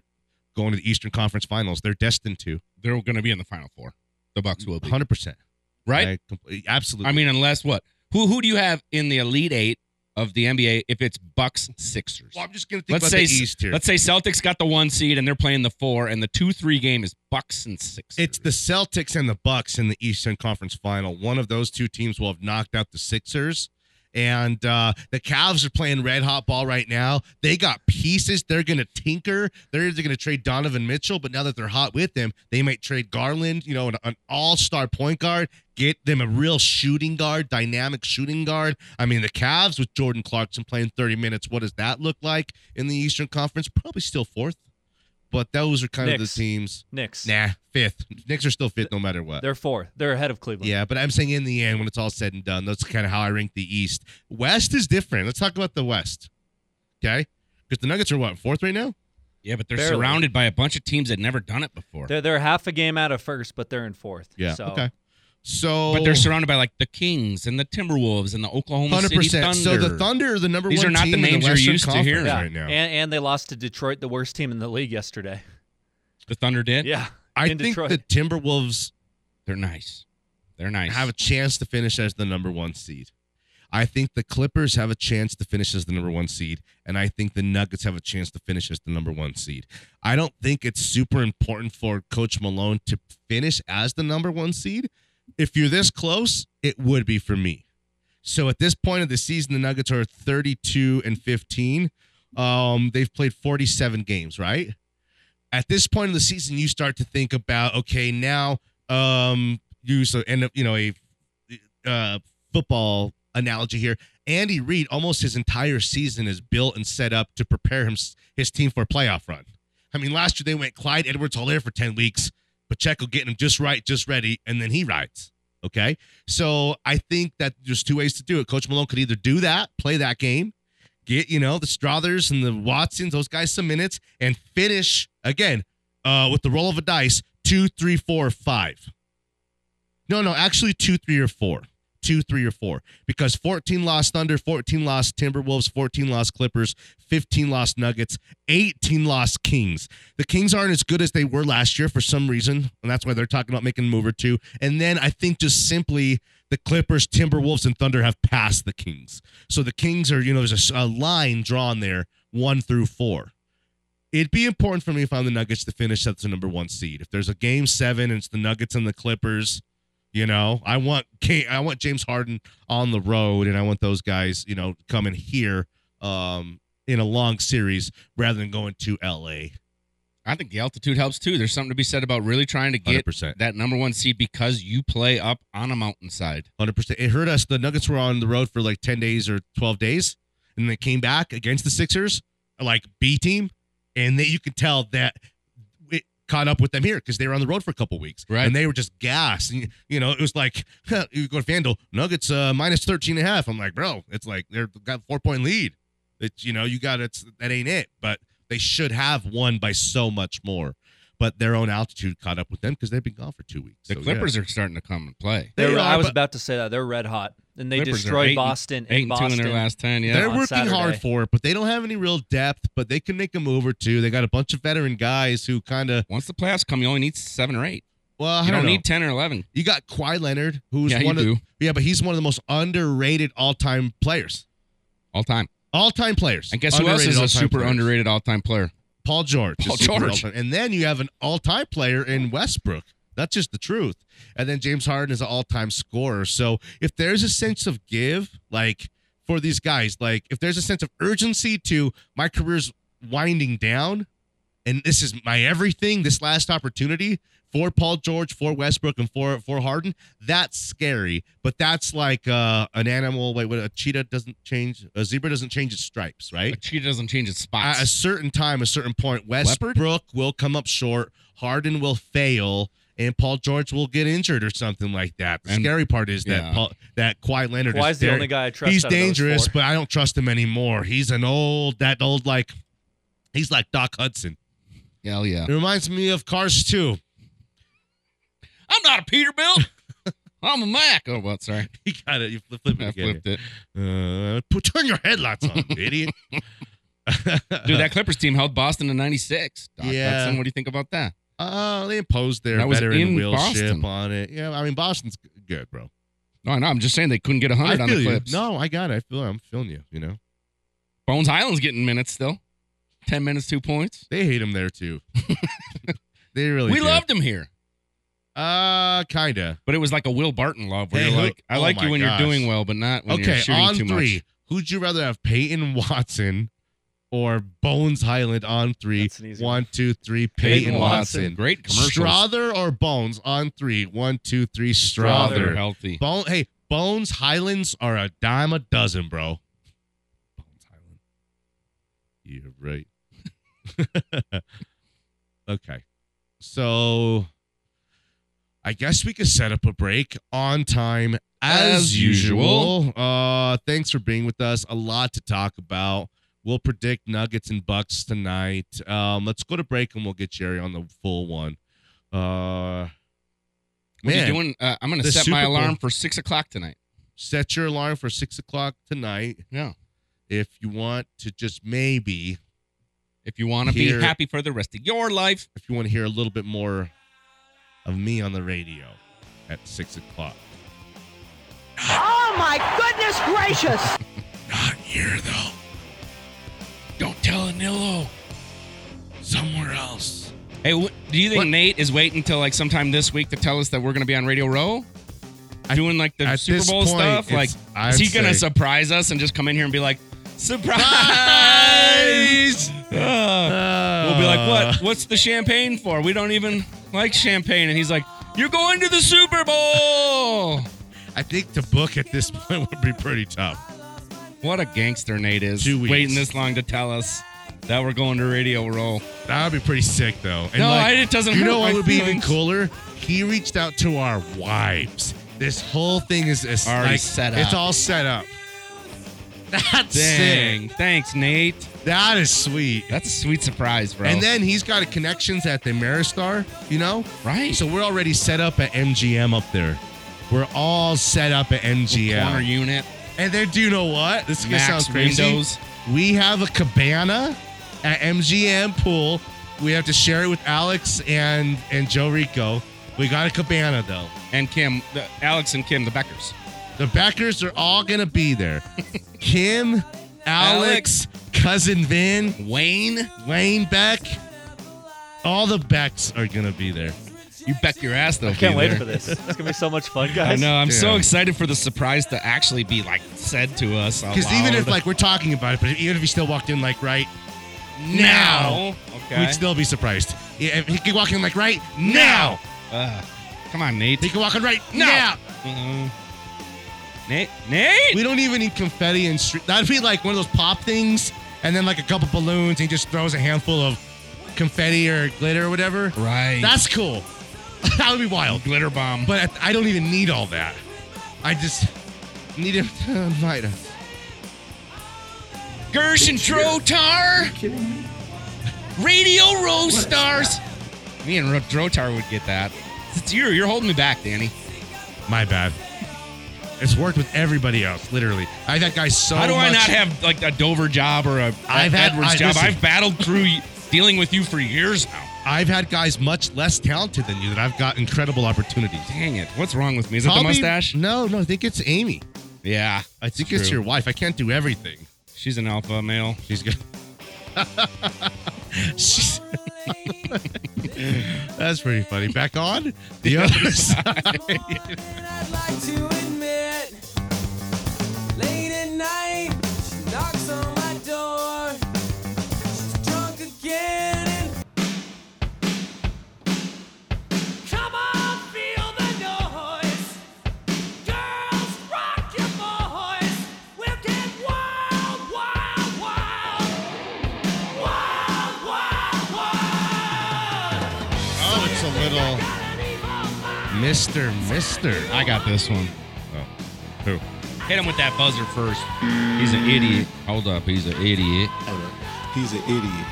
Speaker 2: going to the Eastern Conference Finals. They're destined to
Speaker 3: They're going to be in the final four. The Bucks will be
Speaker 2: 100%.
Speaker 3: right.
Speaker 2: I compl- absolutely.
Speaker 3: I mean, unless what? Who who do you have in the elite eight of the NBA if it's Bucks Sixers?
Speaker 2: Well, I'm just going to think
Speaker 3: Let's
Speaker 2: about
Speaker 3: say
Speaker 2: the East here.
Speaker 3: let's say Celtics got the one seed and they're playing the four, and the two three game is Bucks and Sixers.
Speaker 2: It's the Celtics and the Bucks in the Eastern Conference Final. One of those two teams will have knocked out the Sixers. And uh, the Cavs are playing red hot ball right now. They got pieces. They're going to tinker. They're either going to trade Donovan Mitchell, but now that they're hot with him, they might trade Garland, you know, an, an all star point guard, get them a real shooting guard, dynamic shooting guard. I mean, the Cavs with Jordan Clarkson playing 30 minutes, what does that look like in the Eastern Conference? Probably still fourth, but those are kind of
Speaker 8: Knicks.
Speaker 2: the teams.
Speaker 8: Knicks.
Speaker 2: Nah, fifth. Knicks are still fifth no matter what.
Speaker 8: They're fourth. They're ahead of Cleveland.
Speaker 2: Yeah, but I'm saying in the end, when it's all said and done, that's kind of how I rank the East. West is different. Let's talk about the West. Okay? Because the Nuggets are what, fourth right now?
Speaker 3: yeah, but they're
Speaker 8: Barely.
Speaker 3: surrounded by a bunch of teams that never done it before.
Speaker 8: They're they're half a game out of first, but they're in fourth.
Speaker 2: Yeah.
Speaker 8: So
Speaker 2: Okay. So
Speaker 3: but they're surrounded by like the Kings and the Timberwolves and the Oklahoma City
Speaker 2: 100%.
Speaker 3: Thunder.
Speaker 2: So the Thunder are the number
Speaker 3: These
Speaker 2: one
Speaker 3: are not the
Speaker 2: team in
Speaker 3: names you're
Speaker 2: Western
Speaker 3: used to
Speaker 2: Conference
Speaker 3: hearing.
Speaker 8: Yeah.
Speaker 2: right now.
Speaker 8: And and they lost to Detroit, the worst team in the league yesterday.
Speaker 3: The Thunder did.
Speaker 8: Yeah.
Speaker 2: I
Speaker 8: in
Speaker 2: think
Speaker 8: Detroit.
Speaker 2: the Timberwolves
Speaker 3: They're nice. They're nice.
Speaker 2: have a chance to finish as the number one seed. I think the Clippers have a chance to finish as the number one seed, and I think the Nuggets have a chance to finish as the number one seed. I don't think it's super important for Coach Malone to finish as the number one seed. If you're this close, it would be for me. So at this point of the season, the Nuggets are 32 and 15. Um, they've played 47 games, right? At this point of the season, you start to think about okay, now um, use a, and you know a uh, football analogy here. Andy Reid almost his entire season is built and set up to prepare him his team for a playoff run. I mean, last year they went Clyde Edwards Hilaire for 10 weeks, Pacheco getting him just right, just ready, and then he rides. Okay. So I think that there's two ways to do it. Coach Malone could either do that, play that game, get, you know, the Strathers and the Watsons, those guys some minutes, and finish again uh, with the roll of a dice two, three, four, five. No, no, actually two, three, or four. Two, three, or four. Because 14 lost Thunder, 14 lost Timberwolves, 14 lost Clippers, 15 lost Nuggets, 18 lost Kings. The Kings aren't as good as they were last year for some reason, and that's why they're talking about making a move or two. And then I think just simply the Clippers, Timberwolves, and Thunder have passed the Kings. So the Kings are, you know, there's a s- a line drawn there, one through four it'd be important for me if I'm the Nuggets to finish as the number one seed. If there's a game seven and it's the Nuggets and the Clippers, you know, I want K- I want James Harden on the road, and I want those guys, you know, coming here um, in a long series rather than going to L.A.
Speaker 3: I think the altitude helps too. There's something to be said about really trying to get
Speaker 2: 100%.
Speaker 3: that number one seed because you play up on a mountainside.
Speaker 2: Hundred percent. It hurt us. The Nuggets were on the road for like ten days or twelve days, and they came back against the Sixers, like B team, and they, you could tell that it caught up with them here because they were on the road for a couple weeks,
Speaker 3: Right.
Speaker 2: And they were just gassed. And, you know, it was like you go to Vandal Nuggets uh, minus 13 and a half. I'm like, bro, it's like they're got a four point lead. It's you know, you got it's that ain't it, but they should have won by so much more. But their own altitude caught up with them because they've been gone for two weeks.
Speaker 3: The
Speaker 2: So, yeah.
Speaker 3: Clippers are starting to come and play.
Speaker 8: They're-
Speaker 2: They are,
Speaker 8: I was
Speaker 2: but-
Speaker 8: about to say that they're red hot, and they
Speaker 3: Clippers are eight
Speaker 8: destroyed
Speaker 3: and-
Speaker 8: Boston.
Speaker 3: Eight
Speaker 8: in
Speaker 3: and two in
Speaker 8: Boston.
Speaker 3: their last ten. Yeah,
Speaker 2: They're
Speaker 8: on
Speaker 2: working hard
Speaker 8: Saturday.
Speaker 2: for it, but they don't have any real depth, but they can make a move or two. They got a bunch of veteran guys who kind of,
Speaker 3: once the playoffs come, you only need seven or eight.
Speaker 2: well, I
Speaker 3: You don't
Speaker 2: know.
Speaker 3: need ten or eleven.
Speaker 2: You got Kawhi Leonard, who's
Speaker 3: Yeah, you
Speaker 2: one of
Speaker 3: do.
Speaker 2: yeah, but he's one of the most underrated all-time players.
Speaker 3: All time.
Speaker 2: All time players.
Speaker 3: And guess who else
Speaker 2: Underrated
Speaker 3: is a
Speaker 2: all-time
Speaker 3: super
Speaker 2: players.
Speaker 3: underrated all time player?
Speaker 2: Paul George.
Speaker 3: Paul
Speaker 2: is super
Speaker 3: George.
Speaker 2: all-time. And then you have an all time player in Westbrook. That's just the truth. And then James Harden is an all time scorer. So if there's a sense of give, like for these guys, like if there's a sense of urgency to my career's winding down and this is my everything, this last opportunity for Paul George, for Westbrook, and for for Harden, that's scary. But that's like uh, an animal. Wait, what? A cheetah doesn't change. A zebra doesn't change its stripes, right?
Speaker 3: A cheetah doesn't change its spots.
Speaker 2: at a certain time, a certain point, Westbrook will come up short, Harden will fail, and Paul George will get injured or something like that. The
Speaker 3: And-
Speaker 2: scary part is that
Speaker 3: yeah.
Speaker 2: Paul, that Kawhi Leonard
Speaker 8: Kawhi's
Speaker 2: is
Speaker 8: the
Speaker 2: dar-
Speaker 8: only guy I trust
Speaker 2: He's
Speaker 8: out of those
Speaker 2: dangerous,
Speaker 8: four.
Speaker 2: but I don't trust him anymore. He's an old that old like he's like Doc Hudson.
Speaker 3: Hell yeah.
Speaker 2: It reminds me of Cars 2.
Speaker 3: I'm not a Peterbilt. I'm a Mac. Oh, well, sorry.
Speaker 2: You got it. You flip, flip it
Speaker 3: I
Speaker 2: again.
Speaker 3: flipped it.
Speaker 2: Uh, put, turn your headlights on, idiot.
Speaker 3: Dude, that Clippers team held Boston in 96. Doc
Speaker 2: Yeah.
Speaker 3: Hudson, what do you think about that?
Speaker 2: Uh, they imposed their
Speaker 3: That was
Speaker 2: veteran
Speaker 3: in
Speaker 2: wheelship
Speaker 3: Boston.
Speaker 2: on it. Yeah, I mean Boston's g- good, bro.
Speaker 3: No, I know. I'm just saying they couldn't get
Speaker 2: I
Speaker 3: 100 on
Speaker 2: feel
Speaker 3: the
Speaker 2: you.
Speaker 3: Clips.
Speaker 2: No, I got it. I feel I'm feeling you. You know,
Speaker 3: Bones Highland's getting minutes still. 10 minutes, two points.
Speaker 2: they hate him there too. they really.
Speaker 3: we
Speaker 2: do.
Speaker 3: loved him here,
Speaker 2: Uh, kinda.
Speaker 3: but it was like a Will Barton love where
Speaker 2: Hey,
Speaker 3: you're
Speaker 2: who-
Speaker 3: like, I
Speaker 2: oh
Speaker 3: like
Speaker 2: my
Speaker 3: you when
Speaker 2: gosh.
Speaker 3: you're doing well, but not when you're
Speaker 2: okay,
Speaker 3: shooting
Speaker 2: on
Speaker 3: too
Speaker 2: three,
Speaker 3: much.
Speaker 2: who'd you rather have, Peyton Watson or Bones Highland on three?
Speaker 8: That's an easy
Speaker 2: One, two, three. Peyton,
Speaker 3: Peyton
Speaker 2: Watson.
Speaker 3: Great commercial.
Speaker 2: Strother or Bones on three? One, two, three. Strother.
Speaker 3: healthy.
Speaker 2: Bone. Hey, Bones Highlands are a dime a dozen, bro. Bones Highland. You're right. okay, so I guess we could set up a break on time as,
Speaker 3: As
Speaker 2: usual. Uh, thanks for being with us. A lot to talk about. We'll predict Nuggets and Bucks tonight. Um, let's go to break and we'll get Jerry on the full one. Uh,
Speaker 3: What are
Speaker 2: man.
Speaker 3: you doing? Uh, I'm going
Speaker 2: the
Speaker 3: to set my
Speaker 2: Super Bowl-
Speaker 3: alarm for six o'clock tonight.
Speaker 2: set your alarm for six o'clock tonight
Speaker 3: Yeah.
Speaker 2: if you want to just maybe
Speaker 3: If you want to be
Speaker 2: Here-
Speaker 3: happy for the rest of your life,
Speaker 2: if you want to hear a little bit more of me on the radio at six o'clock
Speaker 5: Oh my goodness gracious!
Speaker 2: not here though don't tell anillo somewhere else
Speaker 3: Hey, wh- do you think
Speaker 2: What?
Speaker 3: Nate is waiting until like sometime this week to tell us that we're going to be on Radio Row? Doing like the
Speaker 2: at
Speaker 3: Super
Speaker 2: this
Speaker 3: Bowl
Speaker 2: point,
Speaker 3: stuff? Like,
Speaker 2: it's- I'd
Speaker 3: is he going to
Speaker 2: say-
Speaker 3: surprise us and just come in here and be like, surprise? Uh, we'll be like,
Speaker 2: Uh,
Speaker 3: what? What's the champagne for? We don't even like champagne. And he's like, you're going to the Super Bowl.
Speaker 2: i think to book at this point would be pretty tough
Speaker 3: what a gangster Nate is.
Speaker 2: Two weeks.
Speaker 3: Waiting this long to tell us that we're going to Radio Row.
Speaker 2: that would be pretty sick though and
Speaker 3: No,
Speaker 2: like,
Speaker 3: I- it doesn't
Speaker 2: you know
Speaker 3: hurt
Speaker 2: what
Speaker 3: my
Speaker 2: would be even
Speaker 3: feelings.
Speaker 2: cooler he reached out to our wives this whole thing is, is
Speaker 3: Already
Speaker 2: like,
Speaker 3: set
Speaker 2: it's
Speaker 3: up.
Speaker 2: all set up that's sick
Speaker 3: Dang. Thanks, Nate.
Speaker 2: That is sweet.
Speaker 3: That's a sweet surprise, bro.
Speaker 2: And then he's got connections at the Ameristar, you know?
Speaker 3: right.
Speaker 2: So we're already set up at MGM up there. We're all set up at
Speaker 3: corner
Speaker 2: MGM.
Speaker 3: unit,
Speaker 2: And then do you know what? This is gonna
Speaker 3: max
Speaker 2: sound crazy.
Speaker 3: windows.
Speaker 2: We have a cabana at MGM pool. We have to share it with Alex and and Joe Rico. We got a cabana though.
Speaker 3: and Kim, the, Alex and Kim, the Beckers.
Speaker 2: The Beckers are all gonna be there. Kim, Alex,
Speaker 3: Alex.
Speaker 2: cousin Vin,
Speaker 3: Wayne,
Speaker 2: Wayne Beck. All the Becks are gonna be there.
Speaker 3: you bet your ass though.
Speaker 8: I can't wait for this. It's gonna be so much fun, guys.
Speaker 3: I know. I'm so
Speaker 2: Yeah.
Speaker 3: excited for the surprise to actually be like said to us. out
Speaker 2: Because even
Speaker 3: loud.
Speaker 2: if like we're talking about it, but even if he still walked in like right now,
Speaker 3: now, okay,
Speaker 2: we'd still be surprised. Yeah, if he could walk in like right now.
Speaker 3: Ugh. come on, Nate.
Speaker 2: He could walk in right
Speaker 3: No.
Speaker 2: now.
Speaker 3: Uh-uh. Nate, Nate.
Speaker 2: We don't even need confetti and stri- that'd be like one of those pop things, and then like a couple balloons, and he just throws a handful of confetti or glitter or whatever.
Speaker 3: right.
Speaker 2: That's cool. that would be wild.
Speaker 3: glitter bomb.
Speaker 2: But I I don't even need all that. I just need him to invite us.
Speaker 3: Gersh and Trotar. Radio Row stars. Me and Ro- Drotar would get that. It's you. You're holding me back, Danny.
Speaker 2: My bad. It's worked with everybody else, literally. I had that guy so
Speaker 3: How do I
Speaker 2: much-
Speaker 3: not have like a Dover job or a
Speaker 2: I've
Speaker 3: I've
Speaker 2: had-
Speaker 3: Edwards
Speaker 2: I-
Speaker 3: job?
Speaker 2: listen.
Speaker 3: I've battled through y- dealing with you for years now.
Speaker 2: I've had guys much less talented than you that I've got incredible opportunities.
Speaker 3: Dang it! What's wrong with me? Is it the
Speaker 2: Probably-
Speaker 3: mustache?
Speaker 2: No, no, I think it's Amy.
Speaker 3: Yeah,
Speaker 2: I think
Speaker 3: It's
Speaker 2: it's
Speaker 3: true.
Speaker 2: your wife. I can't do everything.
Speaker 3: She's an alpha male. She's good.
Speaker 2: She's- That's pretty funny. Back on the other side.
Speaker 1: like to admit, late at night, she knocks on my door. She's drunk again. And Come on, feel the noise. Girls, rock your boys. We'll get wild, wild, wild. Wild, wild, wild.
Speaker 2: Oh, it's a little Mister Mister.
Speaker 3: I got this one.
Speaker 2: Oh, who?
Speaker 3: Hit him with that buzzer first. He's an idiot. Hold up, he's an idiot.
Speaker 12: He's an idiot.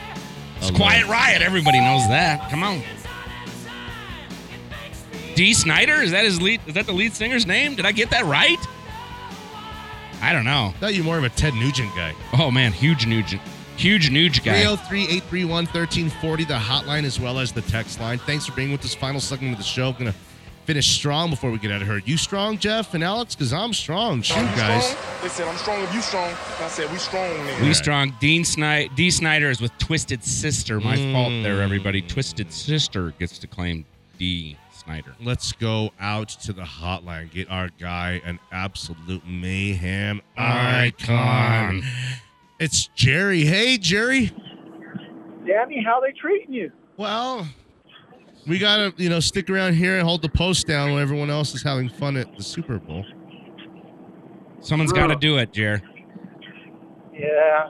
Speaker 3: It's Quiet Riot. Everybody knows that. Come on. D. Snyder is that his lead? Is that the lead singer's name? Did I get that right? I don't know.
Speaker 2: Thought you more of a Ted Nugent guy.
Speaker 3: Oh man, huge Nugent, huge Nugent guy.
Speaker 2: 303-831-1340, the hotline as well as the text line. Thanks for being with us. Final segment of the show. I'm gonna finish strong before we get out of here. You strong, Jeff and Alex? Cause I'm strong. Shoot,
Speaker 13: I'm
Speaker 2: guys.
Speaker 13: Strong. They said I'm strong if you strong. And I said we strong nigga.
Speaker 3: We strong. Dean Snyder. D. Snyder is with Twisted Sister. My
Speaker 2: Mm.
Speaker 3: fault there, everybody. Twisted Sister gets to claim D. Snyder.
Speaker 2: Let's go out to the hotline. Get our guy an absolute mayhem icon. It's Jerry. Hey, Jerry.
Speaker 11: Danny, how they treating you?
Speaker 2: Well, we gotta you know stick around here and hold the post down while everyone else is having fun at the Super Bowl.
Speaker 3: Someone's got to do it, Jer.
Speaker 11: Yeah.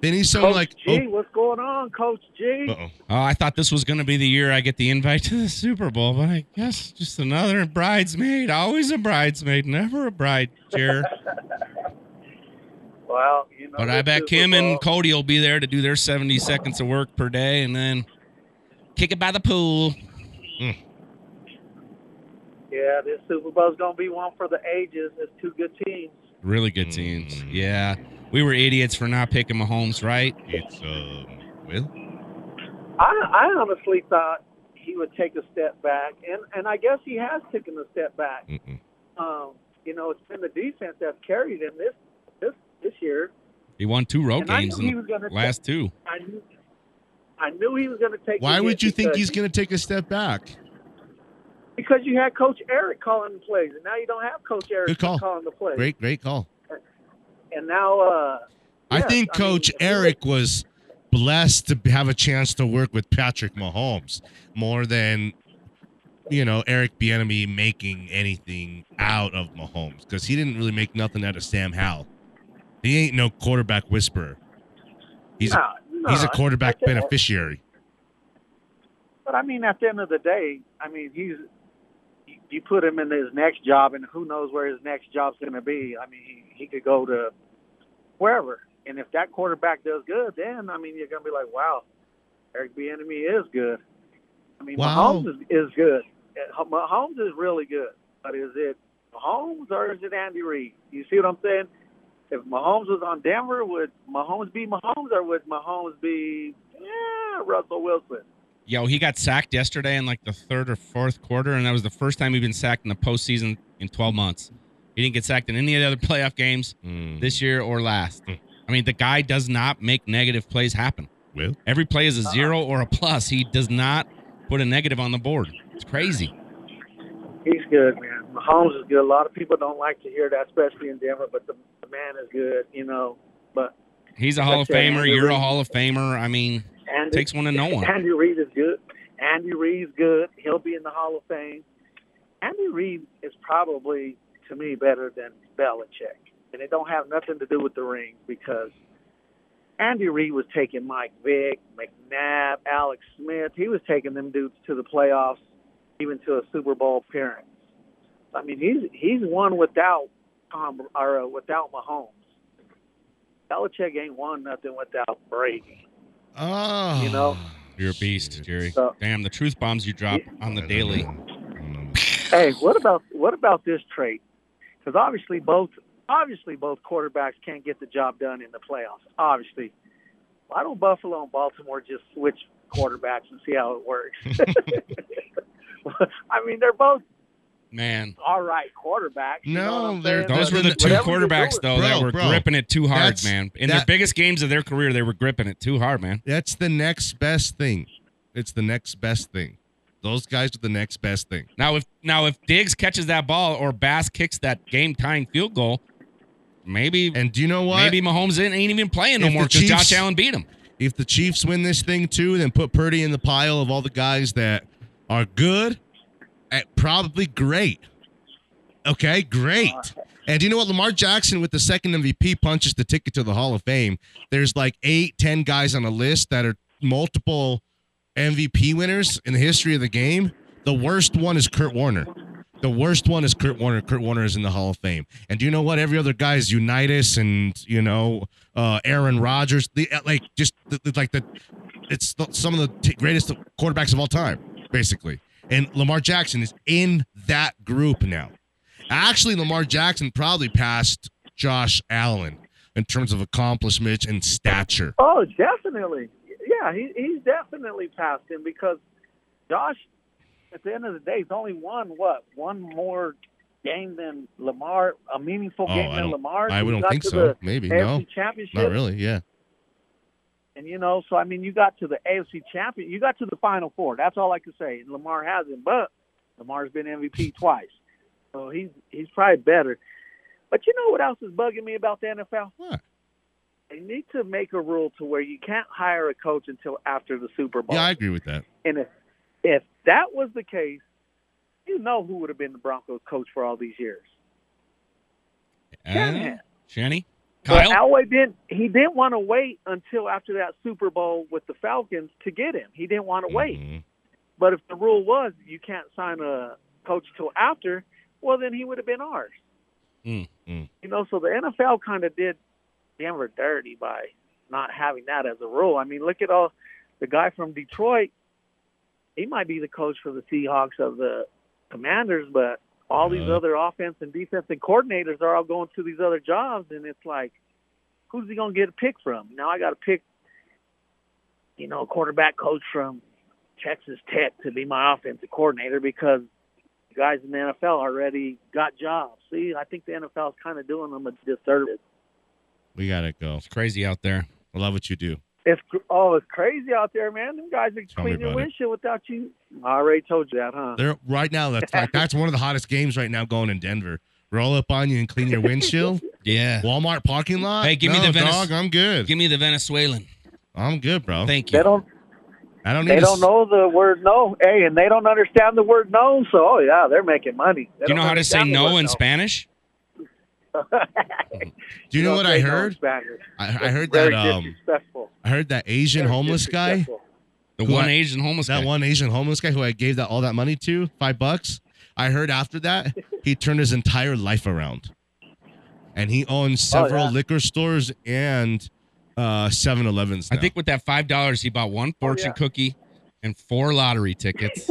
Speaker 2: They need someone
Speaker 11: Coach
Speaker 2: like.
Speaker 11: G, what's going on, Coach G?
Speaker 2: Uh-oh.
Speaker 3: Oh, I thought this was going to be the year I get the invite to the Super Bowl, but I guess just another bridesmaid. Always a bridesmaid, never a bride, Jer.
Speaker 11: Well, you know.
Speaker 3: But I
Speaker 11: this
Speaker 3: bet
Speaker 11: is
Speaker 3: Kim
Speaker 11: about-
Speaker 3: and Cody will be there to do their 70 seconds of work per day and then kick it by the pool.
Speaker 11: Yeah, this Super Bowl's gonna be one for the ages. It's two good teams.
Speaker 3: Really good
Speaker 2: Mm.
Speaker 3: teams. Yeah. We were idiots for not picking Mahomes, right?
Speaker 2: It's, um, Will?
Speaker 11: I I honestly thought he would take a step back, and and I guess he has taken a step back. Um, you know, it's been the defense that's carried him this this this year.
Speaker 3: He won two road
Speaker 11: And I
Speaker 3: games
Speaker 11: knew he
Speaker 3: in
Speaker 11: was gonna
Speaker 3: the last two.
Speaker 11: I knew I knew he was gonna take.
Speaker 2: Why
Speaker 11: the
Speaker 2: would
Speaker 11: hit
Speaker 2: you think
Speaker 11: because-
Speaker 2: he's gonna take a step back?
Speaker 11: Because you had Coach Eric calling the plays, and now you don't have Coach Eric
Speaker 2: Good call.
Speaker 11: calling the plays.
Speaker 2: Great, great call.
Speaker 11: And now, uh,
Speaker 2: I
Speaker 11: yes,
Speaker 2: think
Speaker 11: mean,
Speaker 2: Coach Eric was blessed to have a chance to work with Patrick Mahomes more than you know Eric Bieniemy making anything out of Mahomes because he didn't really make nothing out of Sam Howell. He ain't no quarterback whisperer. He's
Speaker 11: No,
Speaker 2: a, he's a
Speaker 11: no,
Speaker 2: quarterback
Speaker 11: I- I-
Speaker 2: beneficiary.
Speaker 11: But I mean, at the end of the day, I mean, he's you put him in his next job, and who knows where his next job's going to be? I mean, he, he could go to wherever, and if that quarterback does good, then I mean, you're going to be like, wow, Eric Bieniemy is good. I mean,
Speaker 2: Wow.
Speaker 11: Mahomes is, is good. Uh, Mahomes is really good, but is it Mahomes or is it Andy Reid? You see what I'm saying? If Mahomes was on Denver, would Mahomes be Mahomes or would Mahomes be yeah Russell Wilson?
Speaker 3: Yo, he got sacked yesterday in like the third or fourth quarter, and that was the first time he'd been sacked in the postseason in 12 months. He didn't get sacked in any of the other playoff games
Speaker 2: Mm.
Speaker 3: this year or last. I mean, the guy does not make negative plays happen.
Speaker 2: Will?
Speaker 3: Every play is a
Speaker 11: Uh-huh.
Speaker 3: zero or a plus. He does not put a negative on the board. It's crazy.
Speaker 11: He's good, man. Mahomes is good. A lot of people don't like to hear that, especially in Denver. But the, the man is good, you know. But
Speaker 3: He's a Hall of
Speaker 11: That's right,
Speaker 3: Famer.
Speaker 11: Andy
Speaker 3: You're a
Speaker 11: Reid.
Speaker 3: Hall of Famer. I mean,
Speaker 11: Andy,
Speaker 3: takes one to know one.
Speaker 11: Andy Reid is good. Andy Reid's good. He'll be in the Hall of Fame. Andy Reid is probably, to me, better than Belichick, and it don't have nothing to do with the ring because Andy Reid was taking Mike Vick, McNabb, Alex Smith. He was taking them dudes to the playoffs, even to a Super Bowl appearance. I mean, he's he's won without Tom or uh, without Mahomes. Belichick ain't won nothing without Brady.
Speaker 2: Oh,
Speaker 11: You know,
Speaker 3: You're a beast, Jerry. Damn, the truth bombs you drop on the daily.
Speaker 11: Hey, what about what about this trade? Because obviously both obviously both quarterbacks can't get the job done in the playoffs. Obviously, why don't Buffalo and Baltimore just switch quarterbacks and see how it works? I mean, they're both
Speaker 3: Man.
Speaker 11: all right quarterback. you know what I'm saying?
Speaker 3: those were the two
Speaker 11: Whatever you're
Speaker 3: quarterbacks though
Speaker 11: doing.
Speaker 3: that
Speaker 2: Bro,
Speaker 3: were
Speaker 2: bro,
Speaker 3: gripping it too hard,
Speaker 2: that's-
Speaker 3: man. In their
Speaker 2: that-
Speaker 3: biggest games of their career, they were gripping it too hard, man.
Speaker 2: That's the next best thing. It's the next best thing. Those guys are the next best thing.
Speaker 3: Now if now if Diggs catches that ball or Bass kicks that game tying field goal, maybe
Speaker 2: and do you know what?
Speaker 3: Maybe Mahomes ain't ain't even playing no
Speaker 2: If the
Speaker 3: more because Josh
Speaker 2: Chiefs-
Speaker 3: Allen beat him.
Speaker 2: If the Chiefs win this thing too, then put Purdy in the pile of all the guys that are good and probably great. Okay, great. And do you know what? Lamar Jackson with the second MVP punches the ticket to the Hall of Fame. There's like eight, ten guys on a list that are multiple MVP winners in the history of the game. The worst one is Kurt Warner. The worst one is Kurt Warner. Kurt Warner is in the Hall of Fame. And do you know what? Every other guy is Unitas and you know uh, Aaron Rodgers. The uh, like just the, the- like the it's the, some of the t- greatest quarterbacks of all time, basically. And Lamar Jackson is in that group now. Actually, Lamar Jackson probably passed Josh Allen in terms of accomplishments and stature.
Speaker 11: Oh, definitely. Yeah, he, he's definitely past him because Josh, at the end of the day, he's only won what one more game than Lamar, a meaningful
Speaker 2: Oh,
Speaker 11: game
Speaker 2: I
Speaker 11: than
Speaker 2: don't-
Speaker 11: Lamar.
Speaker 2: I
Speaker 11: He's
Speaker 2: don't
Speaker 11: got
Speaker 2: think
Speaker 11: to
Speaker 2: so.
Speaker 11: the
Speaker 2: Maybe,
Speaker 11: AFC
Speaker 2: no.
Speaker 11: championship.
Speaker 2: Not really, yeah.
Speaker 11: And you know, so I mean, you got to the AFC champion, you got to the Final Four. That's all I can say. And Lamar hasn't, but Lamar's been MVP twice, so he's he's probably better. But you know what else is bugging me about the NFL?
Speaker 2: What?
Speaker 11: They need to make a rule to where you can't hire a coach until after the Super Bowl.
Speaker 2: Yeah, I agree with that.
Speaker 11: And if if that was the case, you know who would have been the Broncos coach for all these years?
Speaker 3: Uh, Shanny?
Speaker 11: But
Speaker 3: Kyle?
Speaker 11: Elway didn't. He didn't want to wait until after that Super Bowl with the Falcons to get him. He didn't want to wait. But if the rule was you can't sign a coach till after, well then he would have been ours. You know, so the NFL kind of did Denver dirty by not having that as a rule. I mean, look at all the guy from Detroit. He might be the coach for the Seahawks of the Commanders, but all these
Speaker 14: Uh.
Speaker 11: other offense and defense and coordinators are all going to these other jobs, and it's like, who's he going to get a pick from? Now I got to pick, you know, a quarterback coach from Texas Tech to be my offensive coordinator because the guys in the NFL already got jobs. See, I think the NFL is kind of doing them a disservice.
Speaker 2: We gotta go. It's
Speaker 3: crazy out there.
Speaker 2: I love what you do.
Speaker 11: It's cr- oh, it's crazy out there, man. Them guys are
Speaker 2: me
Speaker 11: cleaning your
Speaker 2: about it.
Speaker 11: windshield without you. I already told you that, huh?
Speaker 2: They're right now. That's like that's one of the hottest games right now going in Denver. Roll up on you and clean your windshield.
Speaker 3: yeah.
Speaker 2: Walmart parking lot.
Speaker 3: Hey, give me
Speaker 2: No,
Speaker 3: the Venez-
Speaker 2: dog. I'm good.
Speaker 3: Give me the Venezuelan.
Speaker 2: I'm good, bro.
Speaker 3: Thank
Speaker 11: you. They don't.
Speaker 2: I don't need.
Speaker 11: They
Speaker 2: to
Speaker 11: don't
Speaker 2: s-
Speaker 11: know the word no, hey, and they don't understand the word no. So, oh yeah, they're making money. They
Speaker 3: Do you know
Speaker 11: don't
Speaker 3: how to say
Speaker 11: understand the
Speaker 3: no
Speaker 11: word
Speaker 3: in Spanish?
Speaker 2: Do you know what
Speaker 11: They
Speaker 2: I
Speaker 11: don't
Speaker 2: heard?
Speaker 11: Spanish.
Speaker 2: I, I heard
Speaker 11: Very
Speaker 2: that. Um,
Speaker 11: disrespectful.
Speaker 2: I heard that Asian homeless guy.
Speaker 3: The
Speaker 2: who
Speaker 3: one
Speaker 2: I-
Speaker 3: Asian homeless
Speaker 2: That
Speaker 3: guy.
Speaker 2: one Asian homeless guy who I gave that all that money to, five bucks. I heard after that he turned his entire life around, and he owns
Speaker 3: Oh,
Speaker 2: several
Speaker 3: yeah.
Speaker 2: liquor stores and uh 7-Elevens.
Speaker 3: I think with that five dollars, he bought
Speaker 11: Oh,
Speaker 3: one fortune
Speaker 2: yeah.
Speaker 3: cookie and four lottery tickets,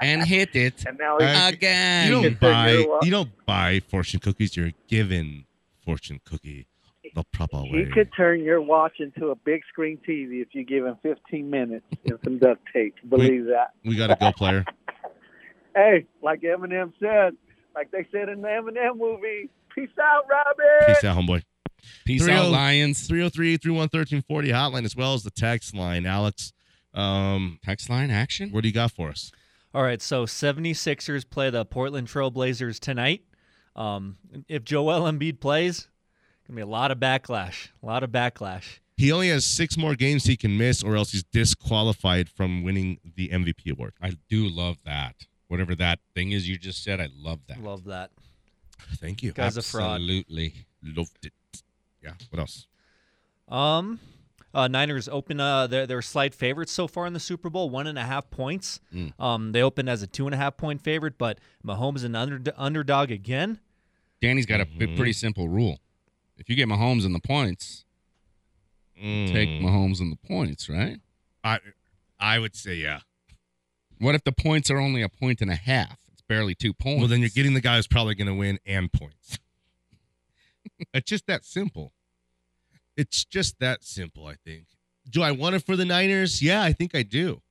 Speaker 3: and hit it
Speaker 11: and now
Speaker 3: again.
Speaker 2: You don't buy you don't buy fortune cookies. You're given fortune cookie the proper
Speaker 11: You
Speaker 2: way.
Speaker 11: could turn your watch into a big screen TV if you give him 15 minutes and some duct tape. Believe that.
Speaker 2: We gotta go, player.
Speaker 11: Hey, like Eminem said, like they said in the Eminem movie, peace out, Robin.
Speaker 2: Peace out, homeboy.
Speaker 3: Peace
Speaker 2: oh-
Speaker 3: out, Lions.
Speaker 2: 303 301 1340 hotline as well as the text line, Alex. Um,
Speaker 3: text line action.
Speaker 2: What do you got for us?
Speaker 8: All right, so 76ers play the Portland Trail Blazers tonight. Um, if Joel Embiid plays, gonna be a lot of backlash. A lot of backlash.
Speaker 2: He only has six more games he can miss, or else he's disqualified from winning the MVP award.
Speaker 3: I do love that. Whatever that thing is you just said, I love that.
Speaker 8: Love that.
Speaker 2: Thank you.
Speaker 8: Guy's a fraud.
Speaker 3: Absolutely
Speaker 2: loved it. Yeah. What else?
Speaker 8: Um, uh, Niners open. Uh, they're, they're slight favorites so far in the Super Bowl, one and a half points.
Speaker 3: Mm.
Speaker 8: Um, they opened as a two and a half point favorite, but Mahomes an under, underdog again.
Speaker 3: Danny's got a p-
Speaker 2: Mm-hmm.
Speaker 8: Mhm.
Speaker 3: pretty simple rule. If you get Mahomes in the points, take
Speaker 2: Mm.
Speaker 3: Mahomes in the points, right?
Speaker 2: Hmm. I I would say yeah.
Speaker 3: What if the points are only a point and a half? It's barely two points.
Speaker 2: Well, then you're getting the guy who's probably going to win and points. it's just that simple. It's just that simple, I think. Do I want it for the Niners? Yeah, I think I do.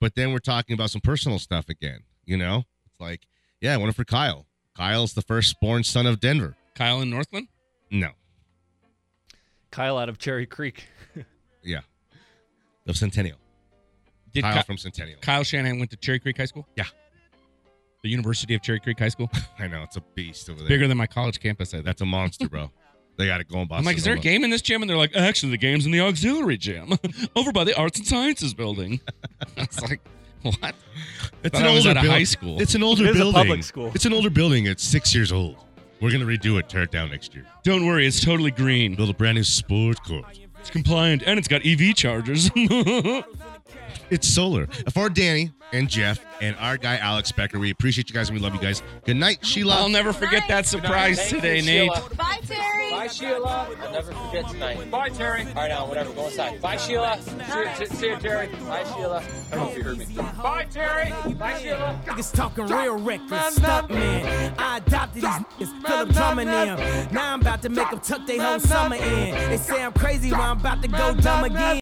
Speaker 2: But then we're talking about some personal stuff again. You know, it's like Yeah, one for Kyle. Kyle's the firstborn son of Denver.
Speaker 3: Kyle in Northland?
Speaker 2: No.
Speaker 8: Kyle out of Cherry Creek.
Speaker 2: Yeah. Of Centennial.
Speaker 3: Did
Speaker 2: Kyle
Speaker 3: Ky-
Speaker 2: from Centennial.
Speaker 3: Kyle Shanahan went to Cherry Creek High School?
Speaker 2: Yeah.
Speaker 3: The University of Cherry Creek High School?
Speaker 2: I know. It's a beast over there.
Speaker 3: Bigger than my college campus, I think.
Speaker 2: That's a monster, bro. they got it going, Boston.
Speaker 3: I'm like, is there a
Speaker 2: Nova.
Speaker 3: game in this gym? And they're like, actually, the game's in the auxiliary gym over by the Arts and Sciences building. It's like, what?
Speaker 2: It's
Speaker 3: Thought
Speaker 2: an
Speaker 3: I was
Speaker 2: older
Speaker 3: at a
Speaker 2: buil-
Speaker 3: high school.
Speaker 2: It's an older
Speaker 8: It is a
Speaker 2: building.
Speaker 8: public school.
Speaker 2: It's an older building. It's six years old. We're gonna redo it, tear it down next year.
Speaker 3: Don't worry, it's totally green.
Speaker 2: Build a brand new sport court.
Speaker 3: It's compliant and it's got EV chargers.
Speaker 2: It's solar. For Danny and Jeff and our guy Alex Becker, we appreciate you guys and we love you guys. Good night, Sheila.
Speaker 3: I'll never forget that surprise today, Nate.
Speaker 6: Bye, Terry.
Speaker 7: Bye, Sheila. I'll never forget tonight. Bye, Terry. All right, now, whatever. Go inside. Bye, Sheila. See you, see you Terry. Bye, Sheila. I don't know if you heard me.
Speaker 15: Bye, Terry. Bye, Sheila. Niggas talking real reckless.
Speaker 1: Stop man, I adopted these niggas, Philip Drummond them. Now I'm about to make them tuck they whole summer in. They say I'm crazy, but I'm about to go dumb again.